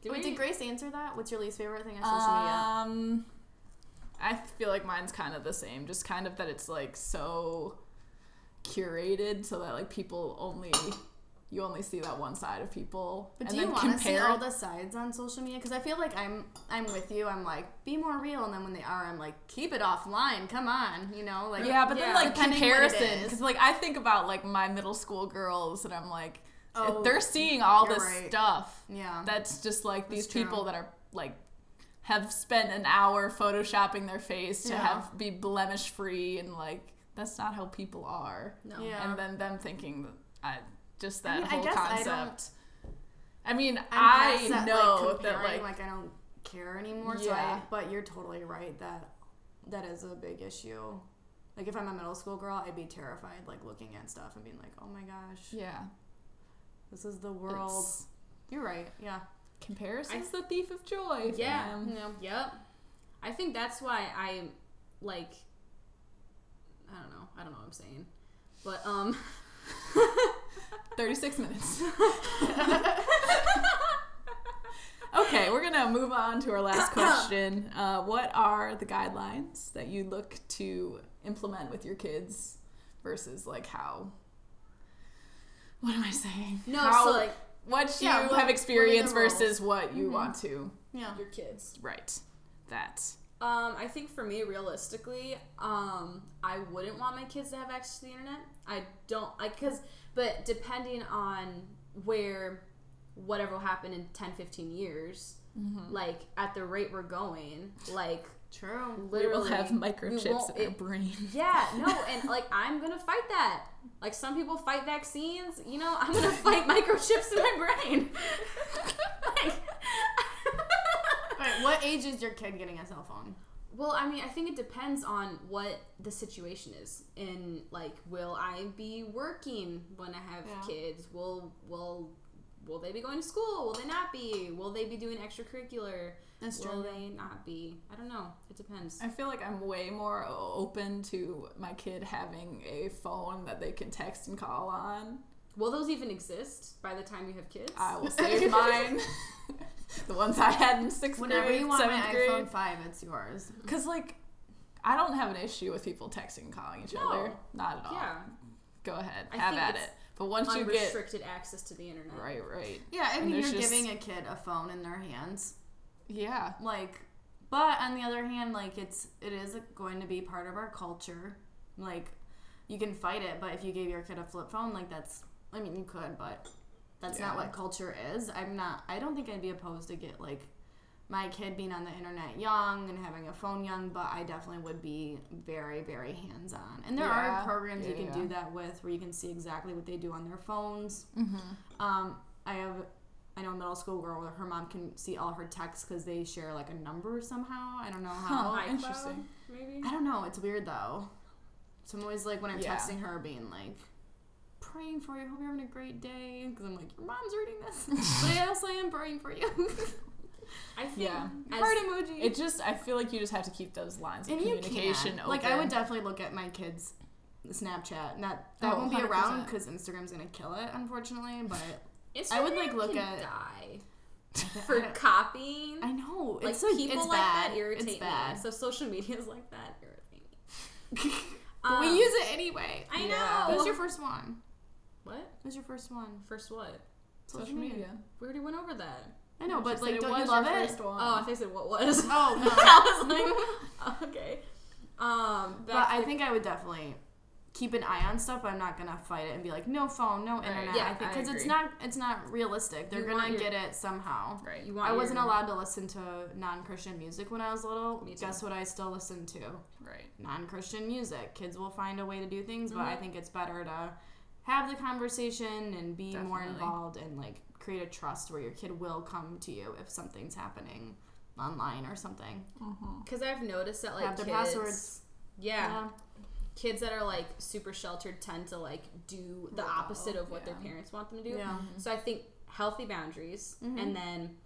[SPEAKER 1] did
[SPEAKER 3] Wait,
[SPEAKER 1] we-
[SPEAKER 3] did Grace answer that? What's your least favorite thing on social media?
[SPEAKER 2] Um, I feel like mine's kind of the same. Just kind of that it's like so curated, so that like people only you only see that one side of people.
[SPEAKER 3] But
[SPEAKER 2] and
[SPEAKER 3] do you
[SPEAKER 2] then
[SPEAKER 3] want to see
[SPEAKER 2] compare-
[SPEAKER 3] all the sides on social media? Because I feel like I'm I'm with you. I'm like be more real, and then when they are, I'm like keep it offline. Come on, you know, like
[SPEAKER 2] yeah, but
[SPEAKER 1] yeah,
[SPEAKER 2] then like
[SPEAKER 3] depending what it
[SPEAKER 2] comparison,
[SPEAKER 3] is.
[SPEAKER 2] because like I think about like my middle school girls, and I'm like,
[SPEAKER 3] Oh,
[SPEAKER 2] they're seeing all
[SPEAKER 3] you're
[SPEAKER 2] this
[SPEAKER 3] right.
[SPEAKER 2] stuff.
[SPEAKER 3] yeah.
[SPEAKER 2] That's just like these
[SPEAKER 3] That's
[SPEAKER 2] people
[SPEAKER 3] true.
[SPEAKER 2] that are like have spent an hour photoshopping their face to
[SPEAKER 3] Yeah.
[SPEAKER 2] have be blemish free, and like that's not how people are.
[SPEAKER 1] no.
[SPEAKER 3] Yeah.
[SPEAKER 2] and then them thinking that I just
[SPEAKER 3] I
[SPEAKER 2] that
[SPEAKER 3] mean, I
[SPEAKER 2] whole
[SPEAKER 3] guess I don't-
[SPEAKER 2] concept. I, mean,
[SPEAKER 3] I'm
[SPEAKER 2] I
[SPEAKER 3] past that,
[SPEAKER 2] know that like,
[SPEAKER 3] comparing, like I don't care anymore. So I,
[SPEAKER 2] Yeah.
[SPEAKER 3] but you're totally right that that is a big issue. Like if I'm a middle school girl, I'd be terrified like looking at stuff and being like, oh my gosh,
[SPEAKER 2] yeah,
[SPEAKER 3] this is the world.
[SPEAKER 2] it's-
[SPEAKER 3] You're right. Yeah.
[SPEAKER 2] comparison's the thief of joy.
[SPEAKER 1] Yeah.
[SPEAKER 3] Hmm.
[SPEAKER 2] fam.
[SPEAKER 1] Yep. I think that's why I like. I don't know. I don't know what I'm saying, but um.
[SPEAKER 2] thirty-six minutes. okay, we're gonna move on to our last question. Uh, what are the guidelines that you look to implement with your kids versus like how? What am I saying?
[SPEAKER 1] No,
[SPEAKER 2] How-
[SPEAKER 1] so like
[SPEAKER 2] what you
[SPEAKER 3] Yeah, what- what are
[SPEAKER 2] have
[SPEAKER 3] the
[SPEAKER 2] experienced
[SPEAKER 3] roles?
[SPEAKER 2] versus what you want to
[SPEAKER 3] Yeah.
[SPEAKER 1] your kids.
[SPEAKER 2] Right. That.
[SPEAKER 1] Um, I think for me, realistically, um, I wouldn't want my kids to have access to the internet. I don't like because, but depending on where whatever will happen in 10, 15 years,
[SPEAKER 2] Mm-hmm.
[SPEAKER 1] like at the rate we're going, like
[SPEAKER 3] True.
[SPEAKER 1] literally,
[SPEAKER 2] we will have
[SPEAKER 1] we
[SPEAKER 2] microchips
[SPEAKER 1] won't-
[SPEAKER 2] in our
[SPEAKER 1] it-
[SPEAKER 2] brain.
[SPEAKER 1] yeah, no, and like I'm gonna fight that. Like some people fight vaccines, you know, I'm gonna fight microchips in my brain. like,
[SPEAKER 3] All right. What age is your kid getting a cell phone?
[SPEAKER 1] Well, I mean, I think it depends on what the situation is, and like, will I be working when I have
[SPEAKER 3] Yeah.
[SPEAKER 1] kids? Will will will they be going to school? Will they not be? Will they be doing extracurricular?
[SPEAKER 3] That's
[SPEAKER 1] will they not be? I don't know. It depends.
[SPEAKER 2] I feel like I'm way more o- open to my kid having a phone that they can text and call on.
[SPEAKER 1] Will those even exist by the time you have kids?
[SPEAKER 2] I will save mine. the ones I had in sixth
[SPEAKER 3] Whenever
[SPEAKER 2] grade,
[SPEAKER 3] you want my
[SPEAKER 2] seventh grade.
[SPEAKER 3] iPhone five, it's yours.
[SPEAKER 2] Because, like, I don't have an issue with people texting and calling each
[SPEAKER 1] No.
[SPEAKER 2] other. Not at all.
[SPEAKER 1] yeah,
[SPEAKER 2] Go ahead.
[SPEAKER 1] I
[SPEAKER 2] have
[SPEAKER 1] think
[SPEAKER 2] at
[SPEAKER 1] it's
[SPEAKER 2] it. But once you get.
[SPEAKER 1] unrestricted access to the internet.
[SPEAKER 2] Right, right.
[SPEAKER 3] Yeah, I
[SPEAKER 2] And
[SPEAKER 3] mean,
[SPEAKER 2] there's
[SPEAKER 3] you're
[SPEAKER 2] just-
[SPEAKER 3] giving a kid a phone in their hands.
[SPEAKER 2] Yeah.
[SPEAKER 3] like but on the other hand like it's it is going to be part of our culture like you can fight it but if you gave your kid a flip phone like that's i mean you could but that's not
[SPEAKER 2] Yeah.
[SPEAKER 3] what culture is i'm not i don't think i'd be opposed to get like my kid being on the internet young and having a phone young but i definitely would be very very hands on and there
[SPEAKER 2] Yeah.
[SPEAKER 3] are programs you
[SPEAKER 2] Yeah,
[SPEAKER 3] can
[SPEAKER 2] yeah.
[SPEAKER 3] do that with where you can see exactly what they do on their phones
[SPEAKER 2] Mm-hmm.
[SPEAKER 3] um, I have, I know a middle school girl where her mom can see all her texts because they share like a number somehow. I don't know how.
[SPEAKER 2] Huh.
[SPEAKER 1] iCloud,
[SPEAKER 2] interesting.
[SPEAKER 1] Maybe.
[SPEAKER 3] I don't know. It's weird though. So I'm always like when I'm
[SPEAKER 2] Yeah.
[SPEAKER 3] texting her, being like, praying for you. Hope you're having a great day. Because I'm like, your mom's reading this, but yes, I am praying for you.
[SPEAKER 1] I think.
[SPEAKER 2] Yeah.
[SPEAKER 1] as-
[SPEAKER 3] Heart emoji.
[SPEAKER 2] It just, I feel like you just have to keep those lines of
[SPEAKER 3] and you
[SPEAKER 2] communication
[SPEAKER 3] can.
[SPEAKER 2] open.
[SPEAKER 3] Like I would definitely look at my kids. Snapchat, not that
[SPEAKER 2] Oh,
[SPEAKER 3] won't be around
[SPEAKER 2] 100%.
[SPEAKER 3] because Instagram's gonna kill it, unfortunately. But
[SPEAKER 1] Instagram
[SPEAKER 3] I would, like, look
[SPEAKER 1] can
[SPEAKER 3] at-
[SPEAKER 1] die for
[SPEAKER 3] I-
[SPEAKER 1] copying.
[SPEAKER 3] I know
[SPEAKER 1] like
[SPEAKER 3] it's like
[SPEAKER 1] people
[SPEAKER 3] it's
[SPEAKER 1] like
[SPEAKER 3] bad.
[SPEAKER 1] that irritate
[SPEAKER 3] it's bad.
[SPEAKER 1] me. So social media is like that irritate me.
[SPEAKER 3] But
[SPEAKER 2] Uh,
[SPEAKER 1] Um,
[SPEAKER 3] we use it anyway.
[SPEAKER 1] I
[SPEAKER 2] Yeah.
[SPEAKER 1] know.
[SPEAKER 3] Who's your first one?
[SPEAKER 1] what?
[SPEAKER 3] Who's your first one?
[SPEAKER 1] First what?
[SPEAKER 2] Social media.
[SPEAKER 1] We already went over that.
[SPEAKER 3] I know, but
[SPEAKER 2] She
[SPEAKER 3] like,
[SPEAKER 2] said
[SPEAKER 3] don't
[SPEAKER 2] was
[SPEAKER 3] you love
[SPEAKER 2] your
[SPEAKER 3] it?
[SPEAKER 2] first one.
[SPEAKER 1] Oh, I think I said what was.
[SPEAKER 3] Oh no.
[SPEAKER 1] I was like, okay. Um,
[SPEAKER 3] but I think I would definitely keep an eye on stuff. I'm not gonna fight it and be like, no phone, no
[SPEAKER 2] Right.
[SPEAKER 3] internet.
[SPEAKER 1] Yeah,
[SPEAKER 3] I think
[SPEAKER 2] I
[SPEAKER 3] because it's
[SPEAKER 2] agree.
[SPEAKER 3] not it's not realistic. They're
[SPEAKER 1] You want
[SPEAKER 3] gonna
[SPEAKER 1] your-
[SPEAKER 3] get it somehow.
[SPEAKER 2] right.
[SPEAKER 1] you want
[SPEAKER 3] I wasn't
[SPEAKER 1] your-
[SPEAKER 3] allowed to listen to non-Christian music when I was little.
[SPEAKER 1] Me too.
[SPEAKER 3] Guess what? I still listen to
[SPEAKER 2] Right.
[SPEAKER 3] non-Christian music. Kids will find a way to do things, but I
[SPEAKER 1] Mhm.
[SPEAKER 3] think it's better to have the conversation and be more
[SPEAKER 2] Definitely.
[SPEAKER 3] involved and like create a trust where your kid will come to you if something's happening online or something. Mm-hmm.
[SPEAKER 1] Because I've noticed that like
[SPEAKER 3] Have their
[SPEAKER 1] kids,
[SPEAKER 3] passwords.
[SPEAKER 1] yeah, kids that are like super sheltered tend to like do the
[SPEAKER 2] Rebel,
[SPEAKER 1] opposite of what their
[SPEAKER 2] yeah.
[SPEAKER 1] parents want them to do.
[SPEAKER 3] Yeah. Yeah.
[SPEAKER 1] So I think healthy boundaries
[SPEAKER 3] Mhm.
[SPEAKER 1] and then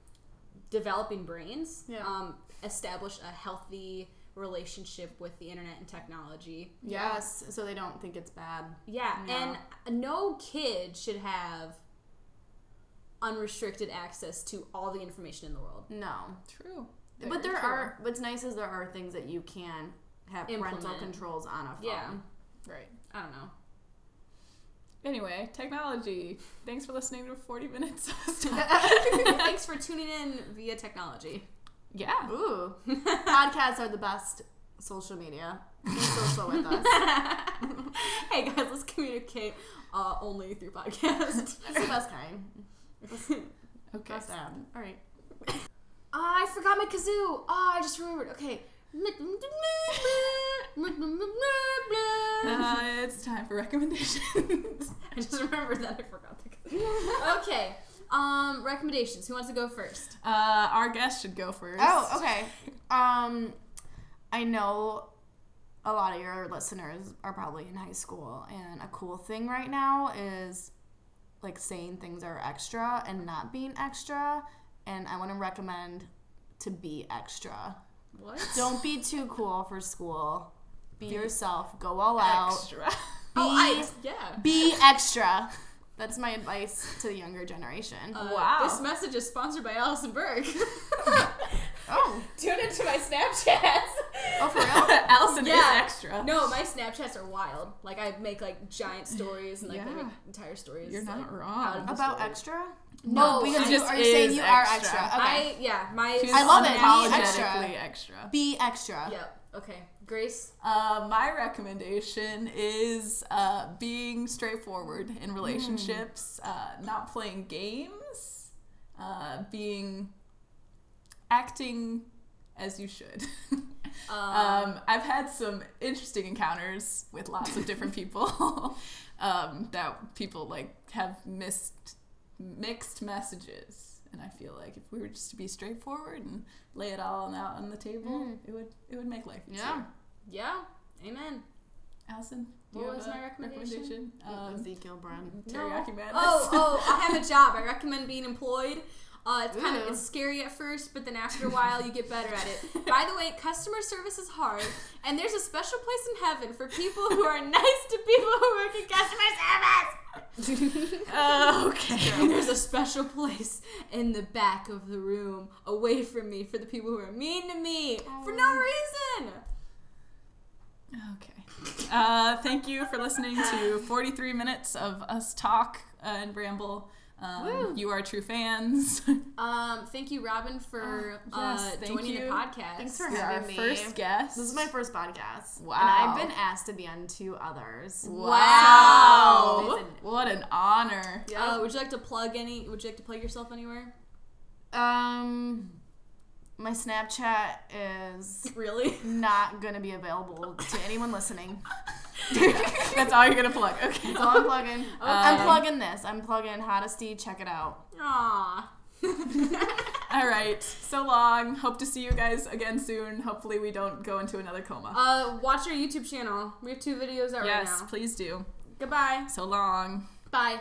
[SPEAKER 1] developing brains
[SPEAKER 3] Yeah.
[SPEAKER 1] um, establish a healthy relationship with the internet and technology.
[SPEAKER 3] Yes. So they don't think it's bad.
[SPEAKER 1] Yeah,
[SPEAKER 2] Yeah.
[SPEAKER 1] and no kid should have unrestricted access to all the information in the world.
[SPEAKER 3] No.
[SPEAKER 2] True.
[SPEAKER 3] but there
[SPEAKER 2] Very true.
[SPEAKER 3] are what's nice is there are things that you can have parental
[SPEAKER 1] Implement.
[SPEAKER 3] controls on a phone.
[SPEAKER 1] Yeah.
[SPEAKER 2] Right.
[SPEAKER 1] I don't know.
[SPEAKER 2] Anyway, technology. Thanks for listening to 40 minutes.
[SPEAKER 1] Thanks for tuning in via technology.
[SPEAKER 2] yeah.
[SPEAKER 3] Ooh. Podcasts are the best social media. Be social with us.
[SPEAKER 1] hey guys, let's communicate uh, only through podcast.
[SPEAKER 3] It's the best kind.
[SPEAKER 2] Okay.
[SPEAKER 3] Best app. All right.
[SPEAKER 1] Ah, I forgot my kazoo. Ah, I just remembered. Okay.
[SPEAKER 2] Uh, it's time for recommendations.
[SPEAKER 1] I just remembered that I forgot the kazoo. Okay. Um, recommendations. Who wants to go first?
[SPEAKER 2] Uh, our guest should go first.
[SPEAKER 3] Oh, okay. Um, I know a lot of your listeners are probably in high school, and a cool thing right now is like saying things are extra and not being extra. And I want to recommend to be extra.
[SPEAKER 1] What?
[SPEAKER 3] Don't be too cool for school. Be yourself. Go all out.
[SPEAKER 2] Extra.
[SPEAKER 3] Be,
[SPEAKER 1] Oh, I, yeah.
[SPEAKER 3] be extra. That's my advice to the younger generation.
[SPEAKER 1] Uh,
[SPEAKER 2] Wow.
[SPEAKER 1] This message is sponsored by Allison Berg.
[SPEAKER 3] oh,
[SPEAKER 1] Tune into my Snapchats.
[SPEAKER 3] oh, for real?
[SPEAKER 2] Allison
[SPEAKER 1] Yeah.
[SPEAKER 2] is extra.
[SPEAKER 1] No, my Snapchats are wild. Like I make like giant stories and like I
[SPEAKER 2] Yeah.
[SPEAKER 1] make entire stories.
[SPEAKER 2] You're
[SPEAKER 1] like,
[SPEAKER 2] not
[SPEAKER 1] out
[SPEAKER 2] wrong.
[SPEAKER 1] of-
[SPEAKER 3] About extra?
[SPEAKER 1] No,
[SPEAKER 3] because
[SPEAKER 1] I
[SPEAKER 3] you
[SPEAKER 2] just
[SPEAKER 3] Oh, are saying
[SPEAKER 2] is
[SPEAKER 3] you are
[SPEAKER 2] extra.
[SPEAKER 3] extra. Okay.
[SPEAKER 1] I yeah, my
[SPEAKER 2] She's
[SPEAKER 3] I love it. Be
[SPEAKER 2] Unapologetically extra.
[SPEAKER 3] be extra.
[SPEAKER 1] Yep. Okay. Grace.
[SPEAKER 2] Uh, my recommendation is uh, being straightforward in relationships, uh, not playing games, uh, being acting as you should.
[SPEAKER 1] Um,
[SPEAKER 2] um, I've had some interesting encounters with lots of different people um, that people like have missed mixed messages. And I feel like if we were just to be straightforward and lay it all out on the table, it would it would make life easier.
[SPEAKER 3] Yeah.
[SPEAKER 1] Hmm. yeah. Amen.
[SPEAKER 2] Allison,
[SPEAKER 1] What
[SPEAKER 2] do you have
[SPEAKER 1] was
[SPEAKER 2] a
[SPEAKER 1] my recommendation?
[SPEAKER 2] Um,
[SPEAKER 3] Ezekiel Brand.
[SPEAKER 2] teriyaki
[SPEAKER 1] No.
[SPEAKER 2] madness.
[SPEAKER 1] Oh, oh, I have a job. I recommend being employed. Uh, it's kind of
[SPEAKER 3] Ooh.
[SPEAKER 1] it's scary at first, but then after a while you get better at it. By the way, customer service is hard, and there's a special place in heaven for people who are nice to people who work in customer service.
[SPEAKER 2] Uh, okay.
[SPEAKER 1] And there's a special place in the back of the room, away from me, for the people who are mean to me for no
[SPEAKER 2] Oh.
[SPEAKER 1] reason.
[SPEAKER 2] Okay. Uh, thank you for listening to 43 minutes of us talk uh, and ramble.
[SPEAKER 1] Woo.
[SPEAKER 2] Um, you are true fans.
[SPEAKER 1] Um, thank you, Robin, for
[SPEAKER 2] Oh, yes,
[SPEAKER 1] uh,
[SPEAKER 2] thank
[SPEAKER 1] joining
[SPEAKER 2] you.
[SPEAKER 1] the podcast.
[SPEAKER 3] Thanks for
[SPEAKER 2] You're our
[SPEAKER 3] having me.
[SPEAKER 2] first guest.
[SPEAKER 3] This is my first podcast.
[SPEAKER 2] Wow.
[SPEAKER 3] And I've been asked to be on two others.
[SPEAKER 2] wow.
[SPEAKER 3] Wow.
[SPEAKER 2] What an honor.
[SPEAKER 1] Uh, would you like to plug any? Would you like to plug yourself anywhere?
[SPEAKER 3] Um, my Snapchat is
[SPEAKER 1] Really?
[SPEAKER 3] not going to be available to anyone listening.
[SPEAKER 2] That's all you're gonna plug. Okay.
[SPEAKER 3] That's all I'm plugging. I'm plugging this. I'm plugging Hottesty. Check it out.
[SPEAKER 1] Aw.
[SPEAKER 2] All right. So long. Hope to see you guys again soon. Hopefully we don't go into another coma.
[SPEAKER 1] Uh, watch our YouTube channel. We have two videos out
[SPEAKER 2] yes,
[SPEAKER 1] right now.
[SPEAKER 2] please do.
[SPEAKER 1] Goodbye.
[SPEAKER 2] So long.
[SPEAKER 1] Bye.